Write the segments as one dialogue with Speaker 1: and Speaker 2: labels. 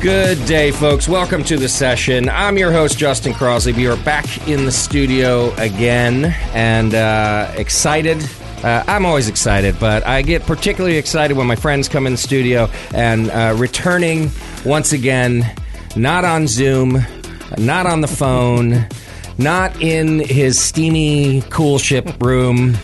Speaker 1: Good day, folks. Welcome to the session. I'm your host, Justin Crosley. We are back in the studio again and uh, excited. Uh, I'm always excited, but I get particularly excited when my friends come in the studio and uh, returning once again, not on Zoom, not on the phone, not in his steamy cool ship room.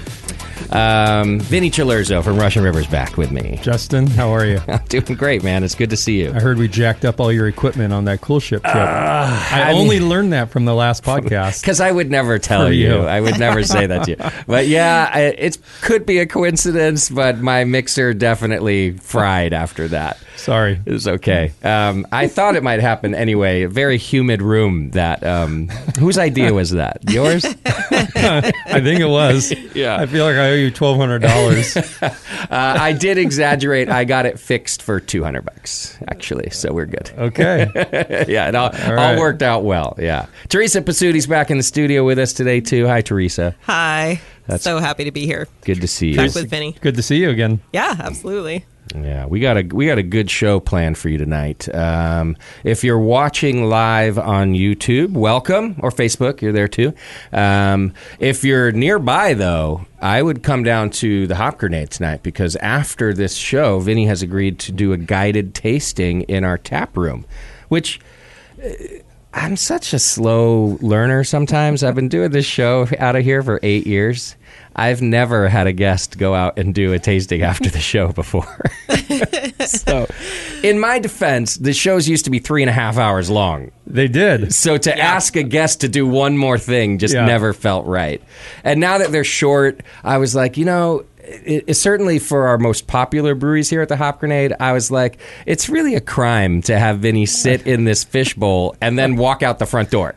Speaker 1: Um, Vinny Chilurzo from Russian River's back with me.
Speaker 2: Justin, how are you?
Speaker 1: I'm doing great, man. It's good to see you.
Speaker 2: I heard we jacked up all your equipment on that cool ship trip. I,
Speaker 1: Ah, I
Speaker 2: only
Speaker 1: mean-
Speaker 2: learned that from the last podcast.
Speaker 1: Because I would never tell
Speaker 2: For
Speaker 1: you.
Speaker 2: you.
Speaker 1: I would never say that to you. But yeah, I- it could be a coincidence, but my mixer definitely fried after that.
Speaker 2: Sorry.
Speaker 1: It was okay. Um, I thought it might happen anyway. A very humid room that. Um, whose idea was that? Yours?
Speaker 2: I think it was.
Speaker 1: Yeah.
Speaker 2: I feel like I owe you twelve hundred dollars.
Speaker 1: Uh, I did exaggerate. I got it fixed for 200 bucks, actually. So we're good.
Speaker 2: Okay.
Speaker 1: yeah, it all, all,
Speaker 2: right.
Speaker 1: worked out well. Yeah. Teresa Pasudi's back in the studio with us today, too. Hi, Teresa.
Speaker 3: Hi. so happy to be here.
Speaker 1: Good to see you.
Speaker 3: Back with Vinny.
Speaker 2: Good to see you again.
Speaker 3: Yeah, absolutely.
Speaker 1: Yeah, we got a we got a good show planned for you tonight. Um, if you're watching live on YouTube, welcome or Facebook, you're there too. Um, if you're nearby though, I would come down to the Hop Grenade tonight because after this show, Vinny has agreed to do a guided tasting in our tap room, which. uh, I'm such a slow learner sometimes. I've been doing this show out of here for eight years. I've never had a guest go out and do a tasting after the show before. so, in my defense, the shows used to be three and a half hours long.
Speaker 2: They did.
Speaker 1: So to ask a guest to do one more thing just
Speaker 2: Yeah.
Speaker 1: never felt right. And now that they're short, I was like, you know, it, it- certainly for our most popular breweries here at the Hop Grenade, I was like, it's really a crime to have Vinny sit in this fishbowl and then walk out the front door.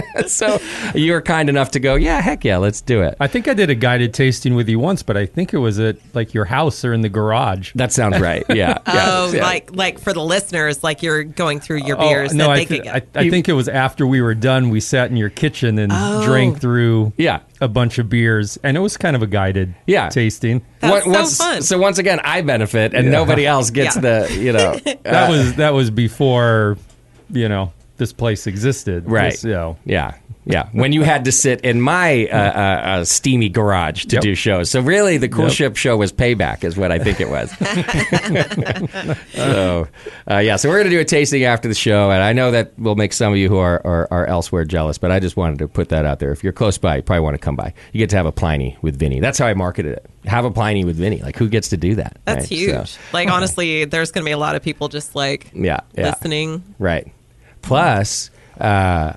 Speaker 1: so you were kind enough to go, yeah, heck yeah, let's do it.
Speaker 2: I think I did a guided tasting with you once, but I think it was at like your house or in the garage.
Speaker 1: That sounds right. Yeah. yeah,
Speaker 3: oh,
Speaker 1: yeah.
Speaker 3: like like for the listeners, like you're going through your
Speaker 2: Oh,
Speaker 3: beers
Speaker 2: no,
Speaker 3: that
Speaker 2: I,
Speaker 3: they
Speaker 2: th-
Speaker 3: could
Speaker 2: I,
Speaker 3: get.
Speaker 2: I think it was after we were done. We sat in your kitchen and
Speaker 3: Oh.
Speaker 2: drank through
Speaker 1: Yeah.
Speaker 2: a bunch of beers, and it was kind of a guided
Speaker 1: Yeah.
Speaker 2: tasting.
Speaker 3: That's so
Speaker 1: once,
Speaker 3: fun.
Speaker 1: So once again, I benefit and nobody else gets
Speaker 3: Yeah.
Speaker 1: the, you know. uh,
Speaker 2: That was that was before, you know, this place existed.
Speaker 1: Right.
Speaker 2: This, you know.
Speaker 1: Yeah. Yeah. When you had to sit in my uh, uh, uh, steamy garage to
Speaker 2: Yep.
Speaker 1: do shows. So, really, the Cool
Speaker 2: Yep.
Speaker 1: Ship show was payback, is what I think it was. so, uh, yeah. So, we're going to do a tasting after the show. And I know that will make some of you who are, are, are elsewhere jealous, but I just wanted to put that out there. If you're close by, you probably want to come by. You get to have a Pliny with Vinny. That's how I marketed it. Have a Pliny with Vinny. Like, who gets to do that?
Speaker 3: That's
Speaker 1: right?
Speaker 3: huge.
Speaker 1: So,
Speaker 3: like honestly, there's going to be a lot of people just like
Speaker 1: yeah. Yeah.
Speaker 3: listening.
Speaker 1: Right. Plus, uh,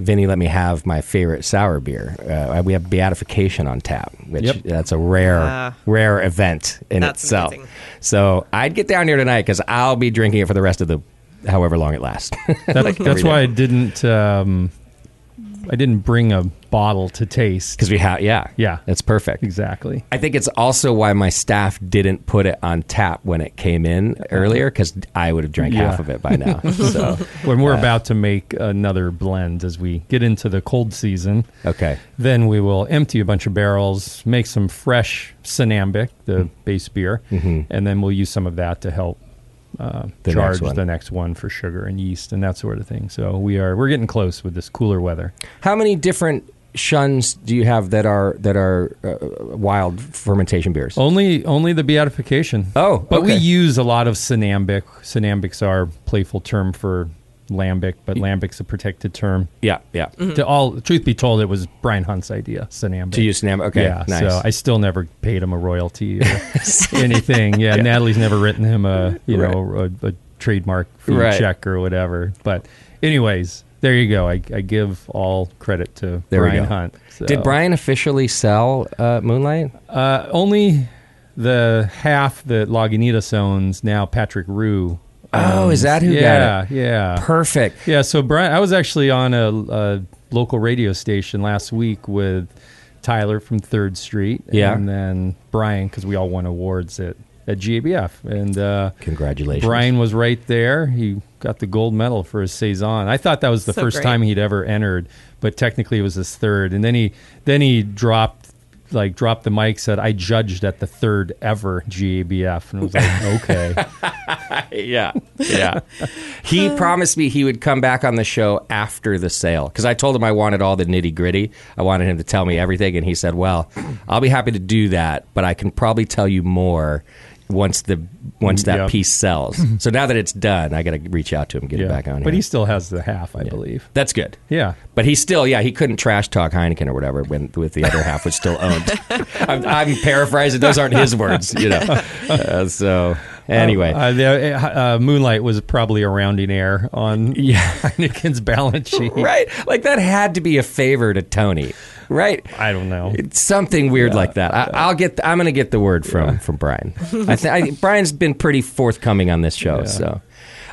Speaker 1: Vinny let me have my favorite sour beer. Uh, we have Beatification on tap, which
Speaker 2: Yep.
Speaker 1: that's a rare,
Speaker 3: Ah.
Speaker 1: rare event in
Speaker 3: That's
Speaker 1: itself.
Speaker 3: amazing.
Speaker 1: So I'd get down here tonight because I'll be drinking it for the rest of the however long it lasts.
Speaker 2: That,
Speaker 1: every
Speaker 2: that's why I didn't. Um, I didn't bring a bottle to taste.
Speaker 1: Because we have, yeah,
Speaker 2: Yeah.
Speaker 1: it's perfect.
Speaker 2: Exactly.
Speaker 1: I think it's also why my staff didn't put it on tap when it came in earlier because I would have drank
Speaker 2: Uh-huh. Yeah.
Speaker 1: half of it by now. so
Speaker 2: When we're about to make another blend as we get into the cold season,
Speaker 1: okay,
Speaker 2: then we will empty a bunch of barrels, make some fresh Sinambic,
Speaker 1: Mm-hmm.
Speaker 2: the base beer, and then we'll use some of that to help uh,
Speaker 1: The next
Speaker 2: charge
Speaker 1: one.
Speaker 2: the next one for sugar and yeast and that sort of thing. So we are we're getting close with this cooler weather.
Speaker 1: How many different shuns do you have that are that are uh, wild fermentation beers?
Speaker 2: Only only the beatification.
Speaker 1: Oh,
Speaker 2: but we
Speaker 1: okay.
Speaker 2: use a lot of Sinambic. Sinambic's our playful term for lambic, but lambic's a protected term.
Speaker 1: Yeah, yeah.
Speaker 2: To all truth be told, it was Brian Hunt's idea, Sinambic.
Speaker 1: Mm-hmm. To use Sinambic. Okay,
Speaker 2: yeah,
Speaker 1: nice.
Speaker 2: so I still never paid him a royalty or anything. Yeah, Natalie's never written him a you know a, a trademark fee
Speaker 1: Right.
Speaker 2: check or whatever. But anyways, there you go. I, I give all credit to
Speaker 1: There we
Speaker 2: Brian
Speaker 1: go.
Speaker 2: Hunt. So-
Speaker 1: Did Brian officially sell uh, Moonlight?
Speaker 2: Uh, only the half that Lagunitas owns now. Patrick Rue.
Speaker 1: Oh, is that who got
Speaker 2: yeah,
Speaker 1: it?
Speaker 2: Yeah,
Speaker 1: Perfect.
Speaker 2: yeah, so Brian, I was actually on a, a local radio station last week with Tyler from Third Street,
Speaker 1: Yeah.
Speaker 2: and then Brian because we all won awards at at GABF, and uh,
Speaker 1: Congratulations.
Speaker 2: Brian was right there. He got the gold medal for his saison. I thought that was the
Speaker 3: So
Speaker 2: first
Speaker 3: great.
Speaker 2: time he'd ever entered, but technically it was his third. And then he then he dropped like dropped the mic, said, "I judged at the third ever GABF," and I was like, "Okay,
Speaker 1: yeah, yeah. he promised me he would come back on the show after the sale because I told him I wanted all the nitty gritty. I wanted him to tell me everything, and he said, "Well, I'll be happy to do that, but I can probably tell you more once the once that
Speaker 2: Yeah.
Speaker 1: piece sells." so now that it's done, I got to reach out to him, get
Speaker 2: yeah."
Speaker 1: it back on.
Speaker 2: but
Speaker 1: here.
Speaker 2: he still has the half, I believe.
Speaker 1: that's good.
Speaker 2: Yeah.
Speaker 1: But he still, yeah, he couldn't trash talk Heineken or whatever when with the other half was still owned. I'm, I'm paraphrasing; those aren't his words, you know. Uh, so anyway,
Speaker 2: Uh, the, uh, uh, Moonlight was probably a rounding error on Heineken's balance sheet.
Speaker 1: right? Like that had to be a favor to Tony, right?
Speaker 2: I don't know.
Speaker 1: It's something weird like that. I, I'll get. I'm going to get the word from from Brian. I th- I, Brian's been pretty forthcoming on this show. So,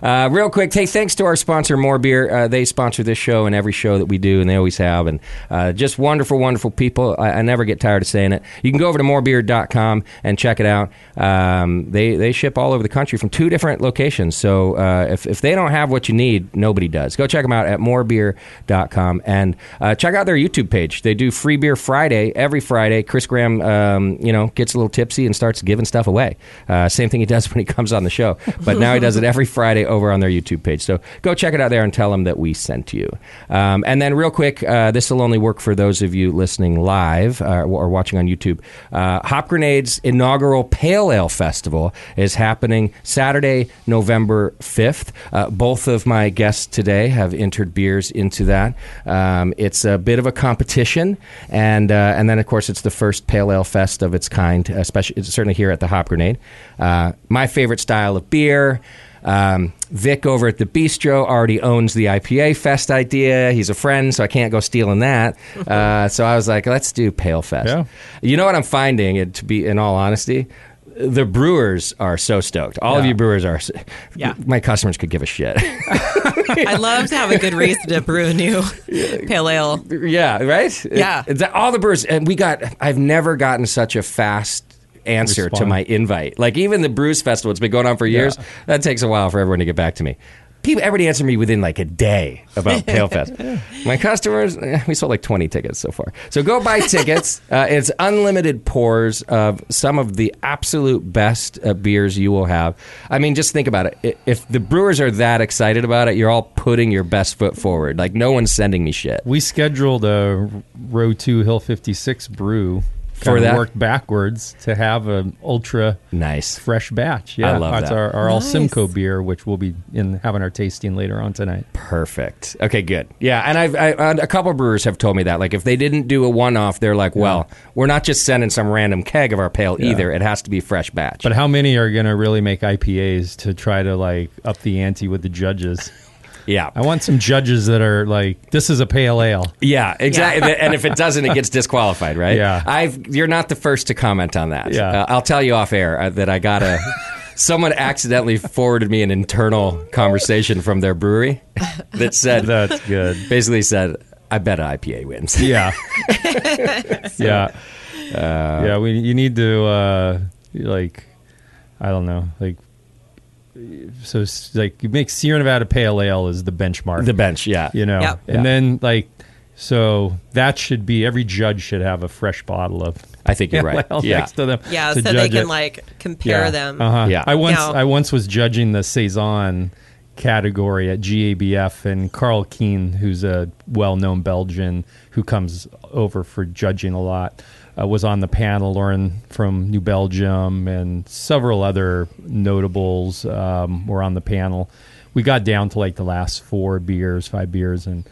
Speaker 1: uh, real quick, hey, thanks to our sponsor, More Beer. Uh, they sponsor this show and every show that we do, and they always have. And uh, just wonderful, wonderful people. I, I never get tired of saying it. You can go over to morebeer.com and check it out. Um, they they ship all over the country from two different locations. So uh, if if they don't have what you need, nobody does. Go check them out at morebeer.com and uh, check out their YouTube page. They do free beer Friday every Friday. Chris Graham, um, you know, gets a little tipsy and starts giving stuff away. Uh, same thing he does when he comes on the show, but now he does it every Friday over on their YouTube page. So go check it out there and tell them that we sent you. Um, and then real quick, uh, this will only work for those of you listening live uh, or watching on YouTube. Uh, Hop Grenade's inaugural Pale Ale Festival is happening Saturday, November 5th. Uh, both of my guests today have entered beers into that. Um, it's a bit of a competition, and uh, and then of course it's the first pale ale fest of its kind, especially it's certainly here at the Hop Grenade. Uh, my favorite style of beer. Um, Vic over at the Bistro already owns the IPA Fest idea. He's a friend, so I can't go stealing that. Uh, so I was like, let's do Pale Fest.
Speaker 2: Yeah.
Speaker 1: You know what I'm finding? It, to be in all honesty, the brewers are so stoked. All of
Speaker 2: Yeah.
Speaker 1: you brewers are. s-
Speaker 3: Yeah.
Speaker 1: My customers could give a shit.
Speaker 3: I love to have a good reason to brew a new pale ale.
Speaker 1: Yeah, right?
Speaker 3: Yeah.
Speaker 1: It- that- all the brewers, and we got, I've never gotten such a fast answer to
Speaker 2: Response.
Speaker 1: my invite. Like, even the Brews Festival, it's been going on for years. That takes a while for everyone to get back to me. people, everybody answered me within like a day about PaleFest. My customers, eh, we sold like 20 tickets so far. So go buy tickets. uh, it's unlimited pours of some of the absolute best uh, beers you will have. I mean, just think about it. I- If the brewers are that excited about it, you're all putting your best foot forward. Like, no one's sending me shit.
Speaker 2: We scheduled a Row Two Hill Fifty Six brew
Speaker 1: For
Speaker 2: kinda
Speaker 1: that?
Speaker 2: Worked backwards to have an ultra
Speaker 1: Nice.
Speaker 2: fresh batch. Yeah,
Speaker 1: love
Speaker 2: that's
Speaker 1: that.
Speaker 2: our, our all
Speaker 3: Nice.
Speaker 2: Simcoe beer, which we'll be in having our tasting later on tonight.
Speaker 1: Perfect. Okay, good. Yeah, and I've I, and a couple brewers have told me that. Like, if they didn't do a one-off, they're like, "Well, we're not just sending some random keg of our pale either. It has to be fresh batch."
Speaker 2: But how many are going to really make IPAs to try to like up the ante with the judges?
Speaker 1: yeah,
Speaker 2: I want some judges that are like, this is a pale ale.
Speaker 1: yeah, exactly. and if it doesn't, it gets disqualified, right?
Speaker 2: Yeah.
Speaker 1: I've you're not the first to comment on that.
Speaker 2: Yeah.
Speaker 1: Uh, I'll tell you off air uh, that I got a. Someone accidentally forwarded me an internal conversation from their brewery that said,
Speaker 2: That's good.
Speaker 1: basically said, "I bet IPA wins."
Speaker 2: Yeah. yeah.
Speaker 1: Uh,
Speaker 2: yeah. We you need to uh, like, I don't know, like. So s- like you make Sierra Nevada Pale Ale is the benchmark,
Speaker 1: The bench, yeah,
Speaker 2: you know,
Speaker 3: Yep.
Speaker 2: and
Speaker 1: Yeah.
Speaker 2: then like so that should be every judge should have a fresh bottle of
Speaker 1: I think you're right.
Speaker 2: pale ale
Speaker 1: yeah.
Speaker 2: next to them,
Speaker 3: Yeah,
Speaker 2: to
Speaker 3: so they
Speaker 2: judge
Speaker 3: can
Speaker 2: it.
Speaker 3: like compare them.
Speaker 2: Uh-huh.
Speaker 1: Yeah.
Speaker 2: I once
Speaker 3: Now-
Speaker 2: I once was judging the saison category at GABF and Carl Keen, who's a well-known Belgian who comes over for judging a lot, uh, was on the panel. Lauren from New Belgium and several other notables um, were on the panel. We got down to like the last four beers, five beers, and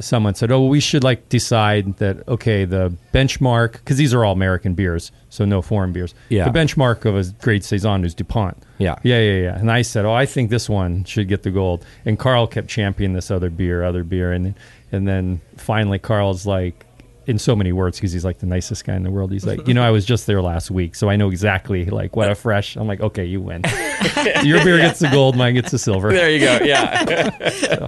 Speaker 2: someone said, "Oh, we should like decide that okay, the benchmark because these are all American beers, so no foreign beers.
Speaker 1: Yeah.
Speaker 2: the benchmark of a great saison is Dupont.
Speaker 1: Yeah.
Speaker 2: yeah, yeah, yeah." And I said, "Oh, I think this one should get the gold." And Carl kept championing this other beer, other beer, and and then finally Carl's like. In so many words, because he's like the nicest guy in the world. He's like, you know, I was just there last week, so I know exactly like what a fresh. I'm like, okay, you win. Your beer gets the gold, mine gets the silver.
Speaker 1: There you go. Yeah.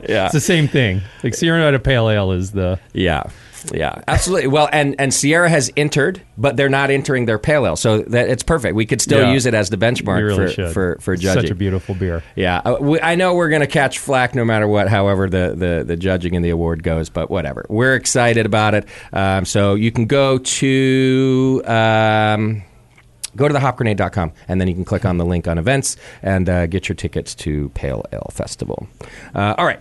Speaker 1: yeah.
Speaker 2: It's the same thing. Like Sierra Nevada Pale Ale is the
Speaker 1: Yeah. Yeah, absolutely. Well, and and Sierra has entered, but they're not entering their pale ale, so that it's perfect. We could still
Speaker 2: Yeah.
Speaker 1: use it as the benchmark
Speaker 2: You really
Speaker 1: for,
Speaker 2: should.
Speaker 1: for for
Speaker 2: It's
Speaker 1: judging.
Speaker 2: Such a beautiful beer.
Speaker 1: yeah, Uh, we, I know we're going to catch flack no matter what. However, the, the the judging and the award goes, but whatever. We're excited about it. Um, so you can go to. Um, Go to thehopgrenade.com and then you can click on the link on events and uh, get your tickets to Pale Ale Festival. Uh, all right,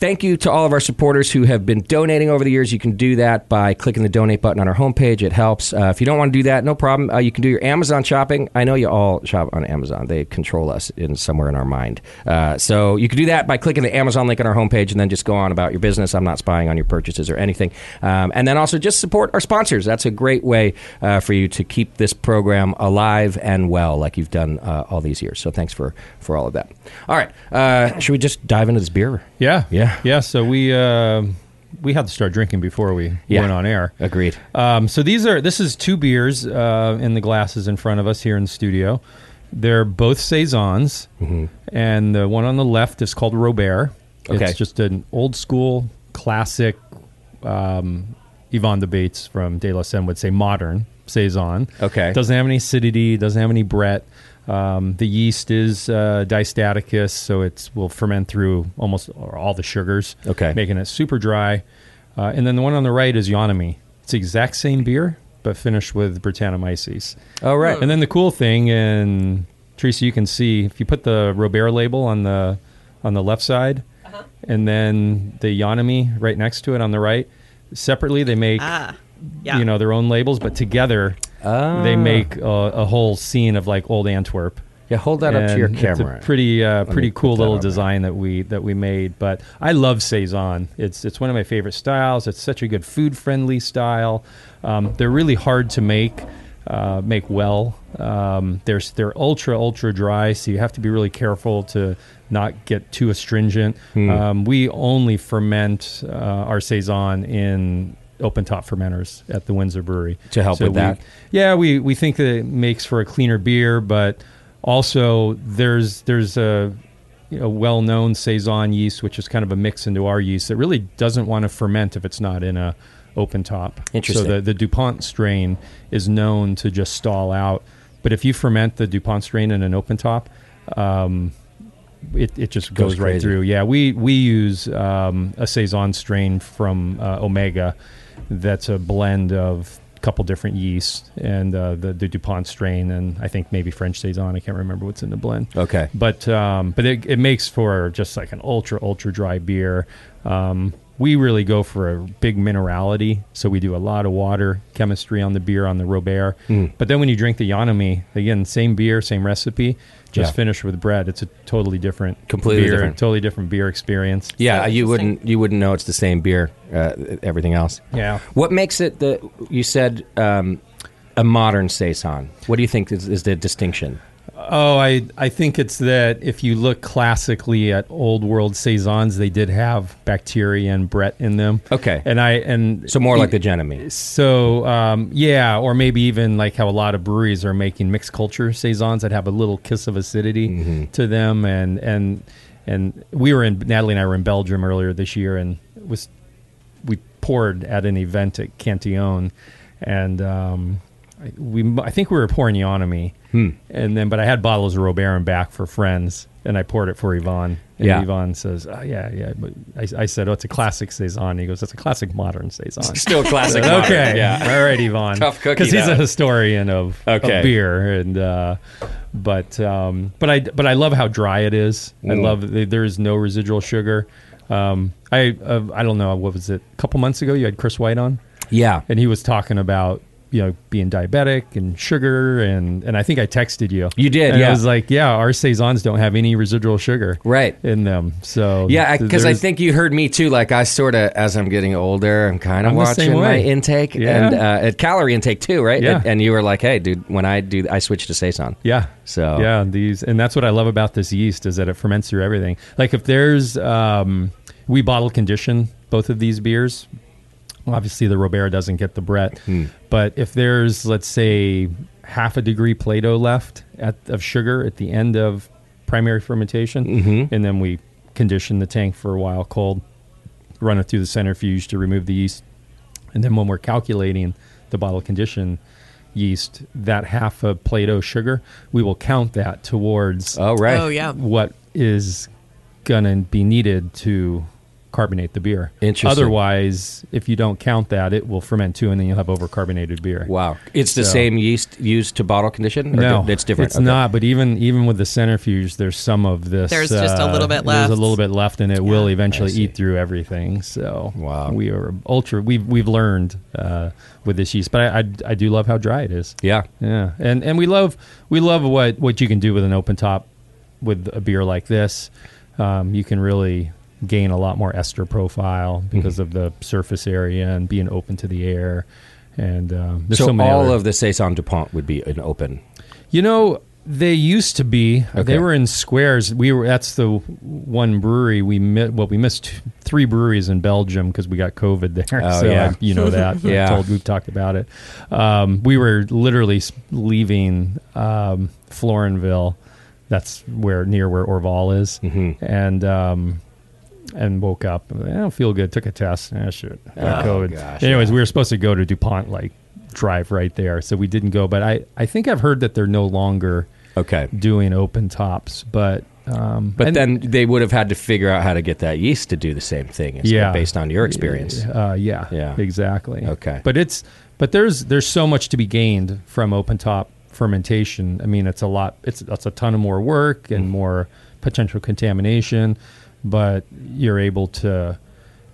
Speaker 1: Thank you to all of our supporters who have been donating over the years. You can do that by clicking the donate button on our homepage. It helps. Uh, if you don't want to do that, no problem. Uh, you can do your Amazon shopping. I know you all shop on Amazon. They control us in somewhere in our mind. Uh, so you can do that by clicking the Amazon link on our homepage and then just go on about your business. I'm not spying on your purchases or anything. Um, and then also just support our sponsors. That's a great way uh, for you to keep this program alive and well, like you've done uh, all these years. So thanks for for all of that. All right, uh, should we just dive into this beer?
Speaker 2: Yeah,
Speaker 1: Yeah.
Speaker 2: yeah. So we uh, we had to start drinking before we
Speaker 1: Yeah.
Speaker 2: went on air.
Speaker 1: Agreed.
Speaker 2: Um, so these are this is two beers uh, in the glasses in front of us here in the studio. They're both saisons,
Speaker 1: Mm-hmm.
Speaker 2: and the one on the left is called Robert.
Speaker 1: Okay.
Speaker 2: It's just an old school classic. Um, Yvonne de Bates from De La Sen would say modern saison.
Speaker 1: Okay.
Speaker 2: doesn't have any acidity, doesn't have any Brett. Um, the yeast is uh, distaticus, so it will ferment through almost all the sugars,
Speaker 1: Okay.
Speaker 2: making it super dry. Uh, and then the one on the right is Yonami. It's the exact same beer, but finished with Britannomyces.
Speaker 1: Oh, right.
Speaker 2: And then the cool thing, and Teresa, you can see if you put the Robert label on the on the left side, and then the Yonami right next to it on the right. Separately, they make
Speaker 3: Ah, yeah.
Speaker 2: you know their own labels, but together they make a, a whole scene of like old Antwerp.
Speaker 1: Yeah, hold that up to your
Speaker 2: And it's a
Speaker 1: camera.
Speaker 2: pretty uh, pretty
Speaker 1: me
Speaker 2: cool
Speaker 1: put that
Speaker 2: little
Speaker 1: on there.
Speaker 2: design that we that we made. But I love saison. It's it's one of my favorite styles. It's such a good food friendly style. Um, they're really hard to make. Uh, make well. Um, they're s- they're ultra ultra dry, so you have to be really careful to not get too astringent.
Speaker 1: Hmm.
Speaker 2: Um, we only ferment uh, our saison in open top fermenters at the Windsor Brewery
Speaker 1: To help with
Speaker 2: we-
Speaker 1: that.
Speaker 2: yeah, we, we think that it makes for a cleaner beer, but also there's there's a, a well known saison yeast, which is kind of a mix into our yeast that really doesn't want to ferment if it's not in a open top.
Speaker 1: Interesting.
Speaker 2: So the, the Dupont strain is known to just stall out, but if you ferment the Dupont strain in an open top, um, it, it just
Speaker 1: Goes
Speaker 2: goes, right
Speaker 1: crazy.
Speaker 2: through. Yeah, we we use um, a saison strain from uh, Omega. That's a blend of a couple different yeasts and uh, the the Dupont strain, and I think maybe French saison. I can't remember what's in the blend.
Speaker 1: Okay.
Speaker 2: but um, but it, it makes for just like an ultra ultra dry beer. Um, we really go for a big minerality, so we do a lot of water chemistry on the beer on the Robert.
Speaker 1: Hmm.
Speaker 2: But then when you drink the Yanami, again, same beer, same recipe, just
Speaker 1: Yeah.
Speaker 2: finished with bread. It's a totally different,
Speaker 1: Completely
Speaker 2: beer,
Speaker 1: different.
Speaker 2: totally different beer experience.
Speaker 1: Yeah,
Speaker 3: So
Speaker 1: you
Speaker 3: interesting.
Speaker 1: wouldn't you wouldn't know it's the same beer. Uh, everything else.
Speaker 2: Yeah.
Speaker 1: What makes it the you said um, a modern saison? What do you think is, is the distinction?
Speaker 2: Oh, I I think it's that if you look classically at old world saisons, they did have bacteria and Brett in them.
Speaker 1: Okay.
Speaker 2: and I and
Speaker 1: So more like the Genemy.
Speaker 2: So um, yeah, or maybe even like how a lot of breweries are making mixed culture saisons that have a little kiss of acidity to them, and and and we were in Natalie and I were in Belgium earlier this year, and it was we poured at an event at Cantillon, and um, I- we I think we were pouring Yonomy, and then but I had bottles of Robert and back for friends, and I poured it for Yvonne. And
Speaker 1: Yeah.
Speaker 2: Yvonne says, oh, "Yeah, yeah." But I, I said, "Oh, it's a classic saison." He goes, "It's a classic modern saison."
Speaker 1: Still classic.
Speaker 2: okay. All right, Yvonne.
Speaker 1: Tough cookie,
Speaker 2: Because he's
Speaker 1: that.
Speaker 2: a historian of, of
Speaker 1: Okay.
Speaker 2: beer, and uh, but um, but I but I love how dry it is. I
Speaker 1: Mm.
Speaker 2: love that there is no residual sugar. Um, I uh, I don't know what was it. A couple months ago, you had Chris White on,
Speaker 1: Yeah.
Speaker 2: and he was talking about you know being diabetic and sugar, and and I think I texted you.
Speaker 1: You did,
Speaker 2: And
Speaker 1: yeah.
Speaker 2: I was like, yeah, our saisons don't have any residual sugar,
Speaker 1: Right.
Speaker 2: in them. So
Speaker 1: Yeah, because I
Speaker 2: there's-
Speaker 1: think you heard me too. Like I sort of, as I'm getting older, I'm kind of
Speaker 2: I'm the same
Speaker 1: watching my
Speaker 2: way.
Speaker 1: intake
Speaker 2: Yeah.
Speaker 1: and uh, at calorie intake too, right?
Speaker 2: Yeah.
Speaker 1: And, and you were like, "Hey, dude, when I do, I switch to saison."
Speaker 2: Yeah.
Speaker 1: So-
Speaker 2: yeah, these and that's what I love about this yeast is that it ferments through everything. Like if there's um, we bottle condition both of these beers. Well, obviously the Robert doesn't get the Brett, but if there's let's say half a degree Play-Doh left at, of sugar at the end of primary fermentation, and then we condition the tank for a while cold, run it through the centrifuge to remove the yeast, and then when we're calculating the bottle condition yeast, that half of Play-Doh sugar, we will count that towards
Speaker 1: Oh, right.
Speaker 3: Oh, yeah.
Speaker 2: what is gonna be needed to carbonate the beer.
Speaker 1: Interesting.
Speaker 2: Otherwise, if you don't count that, it will ferment too, and then you'll have overcarbonated beer.
Speaker 1: Wow. It's the
Speaker 2: So-
Speaker 1: same yeast used to bottle condition. Or
Speaker 2: No,
Speaker 1: di- it's different.
Speaker 2: It's
Speaker 1: Okay.
Speaker 2: not. But even even with the centrifuge, there's some of this. uh,
Speaker 3: There's just a little bit
Speaker 2: There's
Speaker 3: left.
Speaker 2: a little bit left, and it will eventually
Speaker 1: see.
Speaker 2: eat through everything. So
Speaker 1: Wow.
Speaker 2: we are ultra. We've we've learned uh, with this yeast, but I, I I do love how dry it is.
Speaker 1: Yeah.
Speaker 2: Yeah, and and we love we love what what you can do with an open top with a beer like this. Um, you can really gain a lot more ester profile because
Speaker 1: Mm-hmm.
Speaker 2: of the surface area and being open to the air. And um, there's so,
Speaker 1: So,
Speaker 2: many
Speaker 1: all
Speaker 2: other-
Speaker 1: of the saison Dupont would be an open.
Speaker 2: you know, they used to be.
Speaker 1: Okay.
Speaker 2: They were in squares. We were. That's the one brewery we missed. Well, we missed t- three breweries in Belgium because we got COVID there.
Speaker 1: Oh,
Speaker 2: so
Speaker 1: yeah.
Speaker 2: I- you know that.
Speaker 1: Yeah.
Speaker 2: I've told, we've talked about it. Um, we were literally s- leaving um, Florinville. That's where near where Orval is,
Speaker 1: Mm-hmm.
Speaker 2: and um, and woke up. I don't feel good. Took a test. Ah, shoot. Got
Speaker 1: Oh,
Speaker 2: COVID.
Speaker 1: gosh,
Speaker 2: Anyways, we were supposed to go to DuPont like drive right there, so we didn't go. But I, I think I've heard that they're no longer
Speaker 1: Okay.
Speaker 2: doing open tops, but um,
Speaker 1: But
Speaker 2: and-
Speaker 1: then they would have had to figure out how to get that yeast to do the same thing. is-
Speaker 2: Yeah.
Speaker 1: Based on your experience.
Speaker 2: Uh, yeah,
Speaker 1: Yeah.
Speaker 2: exactly.
Speaker 1: Okay.
Speaker 2: but it's but there's there's so much to be gained from open top fermentation. I mean, it's a lot. It's that's a ton of more work
Speaker 1: Mm.
Speaker 2: and more potential contamination, but you're able to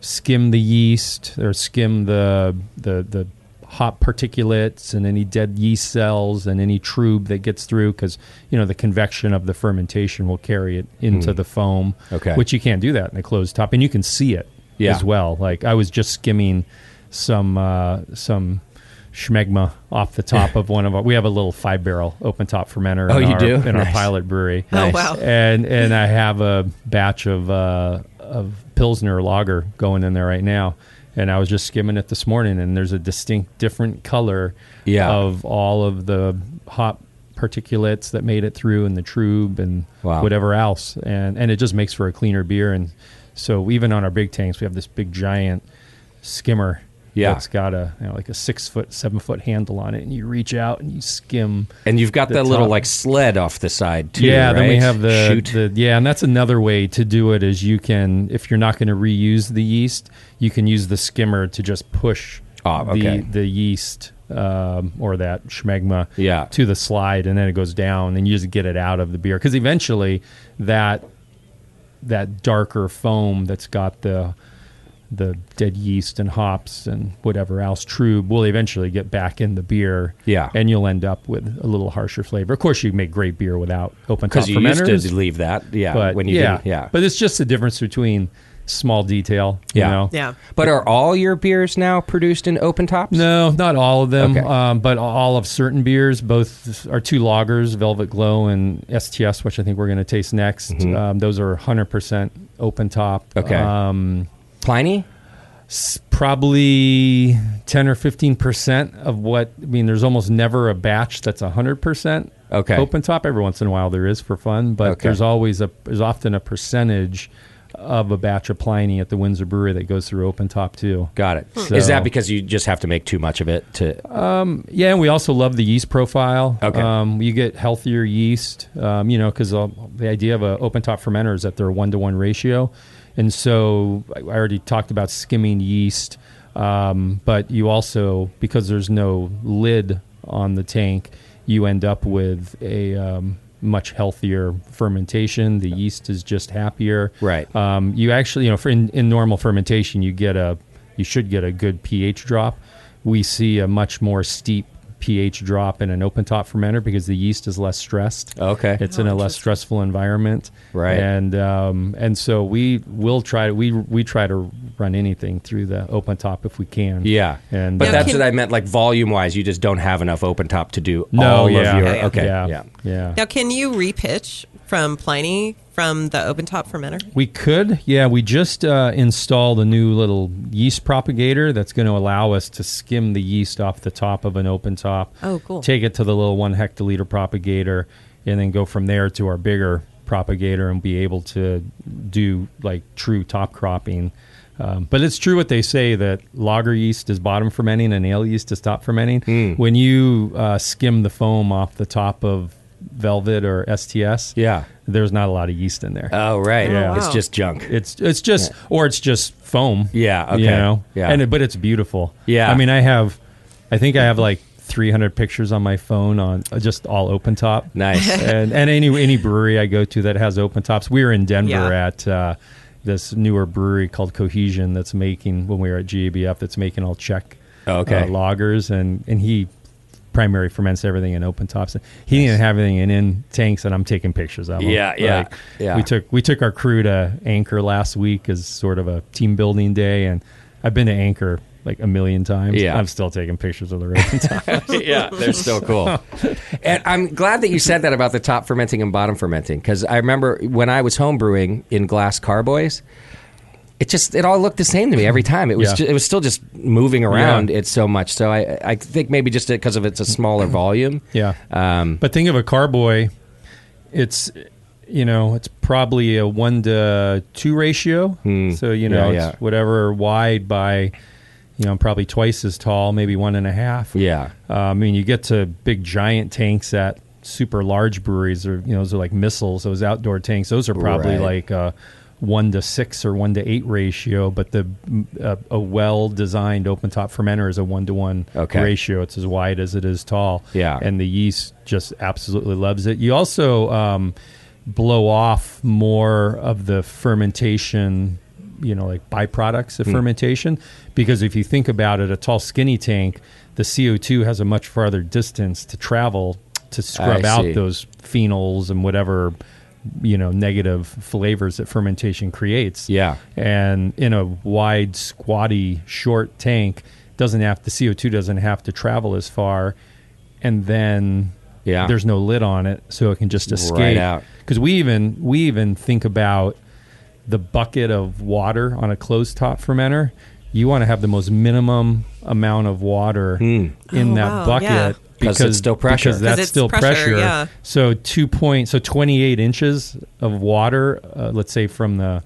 Speaker 2: skim the yeast or skim the the the hop particulates and any dead yeast cells and any trube that gets through because you know the convection of the fermentation will carry it into the foam
Speaker 1: Hmm. Okay.
Speaker 2: which you can't do that in a closed top and you can see it
Speaker 1: Yeah.
Speaker 2: as well. Like I was just skimming some uh, some schmegma off the top of one of our. We have a little five barrel open top fermenter.
Speaker 1: Oh,
Speaker 2: in
Speaker 1: you
Speaker 2: our,
Speaker 1: do?
Speaker 2: in our
Speaker 1: Nice.
Speaker 2: pilot brewery.
Speaker 3: Oh, Nice. wow.
Speaker 2: And and I have a batch of uh, of pilsner lager going in there right now. And I was just skimming it this morning, and there's a distinct different color
Speaker 1: Yeah.
Speaker 2: of all of the hop particulates that made it through, and the trube, and
Speaker 1: Wow.
Speaker 2: whatever whatever else, and and it just makes for a cleaner beer. And so even on our big tanks, we have this big giant skimmer
Speaker 1: Yeah.
Speaker 2: that's got a you know, like a six foot, seven foot handle on it, and you reach out and you skim.
Speaker 1: And you've got
Speaker 2: The
Speaker 1: that little
Speaker 2: top.
Speaker 1: like sled off the side too.
Speaker 2: yeah, then we
Speaker 1: right?
Speaker 2: have the,
Speaker 1: shoot.
Speaker 2: the yeah, and that's another way to do it is you can if you're not going to reuse the yeast, you can use the skimmer to just push
Speaker 1: Ah, okay.
Speaker 2: the the yeast um, or that schmegma
Speaker 1: Yeah.
Speaker 2: to the slide, and then it goes down, and you just get it out of the beer because eventually that that darker foam that's got the the dead yeast and hops and whatever else trube will eventually get back in the beer.
Speaker 1: Yeah.
Speaker 2: And you'll end up with a little harsher flavor. Of course, you make great beer without open top
Speaker 1: because you used
Speaker 2: fermenters.
Speaker 1: to leave that. Yeah,
Speaker 2: but
Speaker 1: when you
Speaker 2: yeah,
Speaker 1: didn't- yeah.
Speaker 2: But it's just the difference between small detail. you
Speaker 1: Yeah.
Speaker 2: know?
Speaker 3: Yeah.
Speaker 1: But are all your beers now produced in open tops?
Speaker 2: No, not all of them,
Speaker 1: Okay.
Speaker 2: um, but all of certain beers. Both are two lagers, Velvet Glow and STS, which I think we're going to taste next. Um, those are 100% open top.
Speaker 1: Mm-hmm. Okay.
Speaker 2: Um,
Speaker 1: Pliny.
Speaker 2: s- probably 10 or 15% of what, I mean, there's almost never a batch that's 100%
Speaker 1: Okay.
Speaker 2: open top. Every once in a while there is for fun, but
Speaker 1: Okay.
Speaker 2: there's always a, there's often a percentage of a batch of Pliny at the Windsor Brewery that goes through open top too.
Speaker 1: Got it. Is
Speaker 2: Hmm. So-
Speaker 1: that because you just have to make too much of it to?
Speaker 2: Yeah, and we also love the yeast profile.
Speaker 1: Okay.
Speaker 2: Um, you get healthier yeast, um, you know, because the idea of an open top fermenter is that they're one to one ratio. And so I I already talked about skimming yeast, um, but you also, because there's no lid on the tank, you end up with a um, much healthier fermentation. The yeast is just happier.
Speaker 1: Right.
Speaker 2: Um, you actually, you know, for in, in normal fermentation, you get a, you should get a good pH drop. We see a much more steep pH drop in an open top fermenter because the yeast is less stressed.
Speaker 1: Okay.
Speaker 2: It's in a less stressful environment.
Speaker 1: Right.
Speaker 2: And um, and so we will try we we try to run anything through the open top if we can.
Speaker 1: yeah.
Speaker 2: And
Speaker 1: but
Speaker 2: uh,
Speaker 1: that's
Speaker 3: can-
Speaker 1: what I meant. Like volume wise, you just don't have enough open top to do
Speaker 2: no,
Speaker 1: all
Speaker 2: yeah.
Speaker 1: of your.
Speaker 3: yeah.
Speaker 1: Okay.
Speaker 2: Yeah.
Speaker 1: yeah.
Speaker 2: yeah.
Speaker 3: Now, can you repitch from Pliny from the open top fermenter?
Speaker 2: We could, yeah. We just uh, installed a new little yeast propagator that's going to allow us to skim the yeast off the top of an open top.
Speaker 3: Oh, cool.
Speaker 2: Take it to the little one hectoliter propagator, and then go from there to our bigger propagator and be able to do like true top cropping. Um, but it's true what they say that lager yeast is bottom fermenting and ale yeast is top fermenting.
Speaker 1: Hmm.
Speaker 2: When you uh, skim the foam off the top of Velvet or STS,
Speaker 1: Yeah.
Speaker 2: there's not a lot of yeast in there.
Speaker 1: Oh right.
Speaker 3: Yeah. Oh,
Speaker 1: It's
Speaker 3: wow.
Speaker 1: just junk.
Speaker 2: It's it's just or it's just foam.
Speaker 1: Yeah, okay.
Speaker 2: You know.
Speaker 1: Yeah.
Speaker 2: And it, but it's beautiful.
Speaker 1: Yeah.
Speaker 2: I mean, I have, I think I have like 300 pictures on my phone on uh, just all open top.
Speaker 1: Nice.
Speaker 2: and and any any brewery I go to that has open tops. We were in Denver
Speaker 3: Yeah.
Speaker 2: at. Uh, this newer brewery called Cohesion that's making when we were at GABF that's making all Czech
Speaker 1: Oh, Okay.
Speaker 2: uh, loggers and and he primary ferments everything in open tops. He didn't have anything in, in tanks, and I'm taking pictures of them.
Speaker 1: Yeah, yeah, yeah.
Speaker 2: We took we took our crew to Anchor last week as sort of a team building day, and I've been to Anchor like a million times.
Speaker 1: Yeah.
Speaker 2: I'm still taking pictures of the open top.
Speaker 1: yeah, they're still cool. and I'm glad that you said that about the top fermenting and bottom fermenting because I remember when I was home brewing in glass carboys, it just it all looked the same to me every time. It was
Speaker 2: Yeah.
Speaker 1: ju- it was still just moving around
Speaker 2: Yeah.
Speaker 1: it so much. So I I think maybe just because of it's a smaller volume.
Speaker 2: yeah.
Speaker 1: Um,
Speaker 2: But think of a carboy. It's you know it's probably a one to two ratio. So you know
Speaker 1: Hmm. Yeah, yeah.
Speaker 2: it's whatever wide by you know probably twice as tall, maybe one and a half.
Speaker 1: yeah.
Speaker 2: Uh, I mean, you get to big giant tanks at super large breweries, or you know, those are like missiles. Those outdoor tanks, those are probably
Speaker 1: Right.
Speaker 2: like a one to six or one to eight ratio. But the mm, a, a well designed open top fermenter is a one to one
Speaker 1: Okay.
Speaker 2: ratio. It's as wide as it is tall.
Speaker 1: Yeah.
Speaker 2: and the yeast just absolutely loves it. You also um, blow off more of the fermentation. You know, like byproducts
Speaker 1: Hmm.
Speaker 2: of fermentation, because if you think about it, a tall, skinny tank, the CO2 has a much farther distance to travel to scrub
Speaker 1: I
Speaker 2: out
Speaker 1: see.
Speaker 2: those phenols and whatever you know negative flavors that fermentation creates
Speaker 1: Yeah.
Speaker 2: and in a wide squatty short tank doesn't have the co2 doesn't have to travel as far and then
Speaker 1: Yeah.
Speaker 2: there's no lid on it so it can just escape
Speaker 1: out.
Speaker 2: because we even we even think about the bucket of water on a closed top fermenter you want to have the most minimum amount of water
Speaker 1: Hmm.
Speaker 2: in
Speaker 3: Oh,
Speaker 2: that
Speaker 3: wow,
Speaker 2: bucket
Speaker 3: yeah.
Speaker 1: 'Cause it's still pressure.
Speaker 2: because
Speaker 1: 'Cause
Speaker 2: that's
Speaker 3: it's
Speaker 2: still
Speaker 3: pressure,
Speaker 2: pressure,
Speaker 3: yeah.
Speaker 2: so two point, so twenty eight inches of water, uh, let's say from the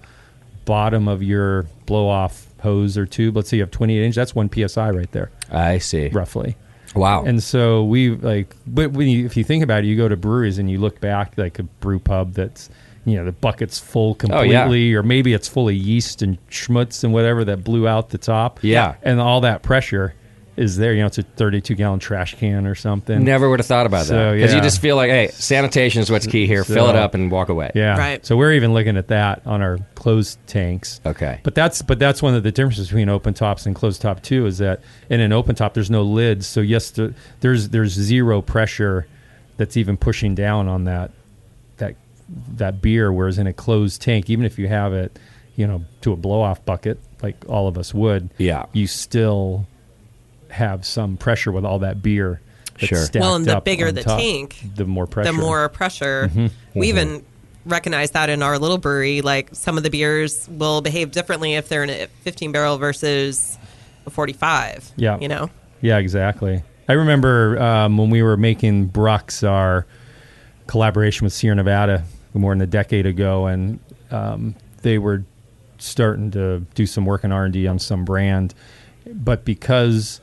Speaker 2: bottom of your blow off hose or tube. Let's say you have 28 inch. That's one psi right there,
Speaker 1: I see.
Speaker 2: roughly.
Speaker 1: Wow.
Speaker 2: And so we like, but when you, if you think about it, you go to breweries and you look back like a brew pub that's, you know, the bucket's full completely,
Speaker 1: Oh, yeah.
Speaker 2: or maybe it's full of yeast and schmutz and whatever that blew out the top.
Speaker 1: Yeah.
Speaker 2: And all that pressure is there. You know, it's a 32 gallon trash can or something.
Speaker 1: Never would have thought about that
Speaker 2: So,
Speaker 1: because you
Speaker 2: yeah.
Speaker 1: just feel like, hey, sanitation is what's key here. Fill it
Speaker 2: So-
Speaker 1: up and walk away.
Speaker 2: Yeah.
Speaker 3: Right.
Speaker 2: So we're even looking at that on our closed tanks.
Speaker 1: Okay.
Speaker 2: But that's but that's one of the differences between open tops and closed top too is that in an open top there's no lids, so yes, there, there's there's zero pressure that's even pushing down on that that that beer. Whereas in a closed tank, even if you have it, you know, to a blow off bucket like all of us would,
Speaker 1: Yeah.
Speaker 2: you still have some pressure with all that beer. That's
Speaker 1: Sure.
Speaker 2: stacked
Speaker 3: Well, and the
Speaker 2: up
Speaker 3: bigger
Speaker 2: on
Speaker 3: the
Speaker 2: top,
Speaker 3: tank,
Speaker 2: the more pressure. Mm-hmm.
Speaker 3: the more pressure. We even recognize that in our little brewery. Like some of the beers will behave differently if they're in a 15 barrel versus a 45.
Speaker 2: Yeah.
Speaker 3: You know?
Speaker 2: Yeah, exactly. I remember um, when we were making Brux, our collaboration with Sierra Nevada more than a decade ago, and um, they were starting to do some work in R and D on some brand, but because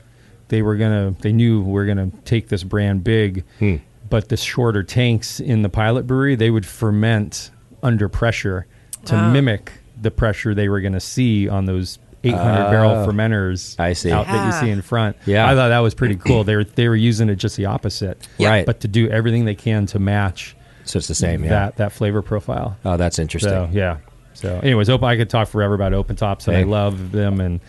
Speaker 2: they were gonna, they knew we are gonna take this brand big,
Speaker 1: Hmm.
Speaker 2: but the shorter tanks in the pilot brewery, they would ferment under pressure to mimic the pressure they were gonna see on those 800 barrel fermenters
Speaker 1: Oh. I see.
Speaker 2: out that you
Speaker 3: Yeah.
Speaker 2: see in front.
Speaker 1: Yeah.
Speaker 2: I thought that was pretty cool. They were they were using it just the opposite,
Speaker 1: Yeah. Right.
Speaker 2: But to do everything they can to match
Speaker 1: So it's the same. Yeah.
Speaker 2: that that flavor profile.
Speaker 1: Oh, that's interesting.
Speaker 2: So yeah. So anyways, open. I could talk forever about open tops, and
Speaker 1: Hey.
Speaker 2: I love them. And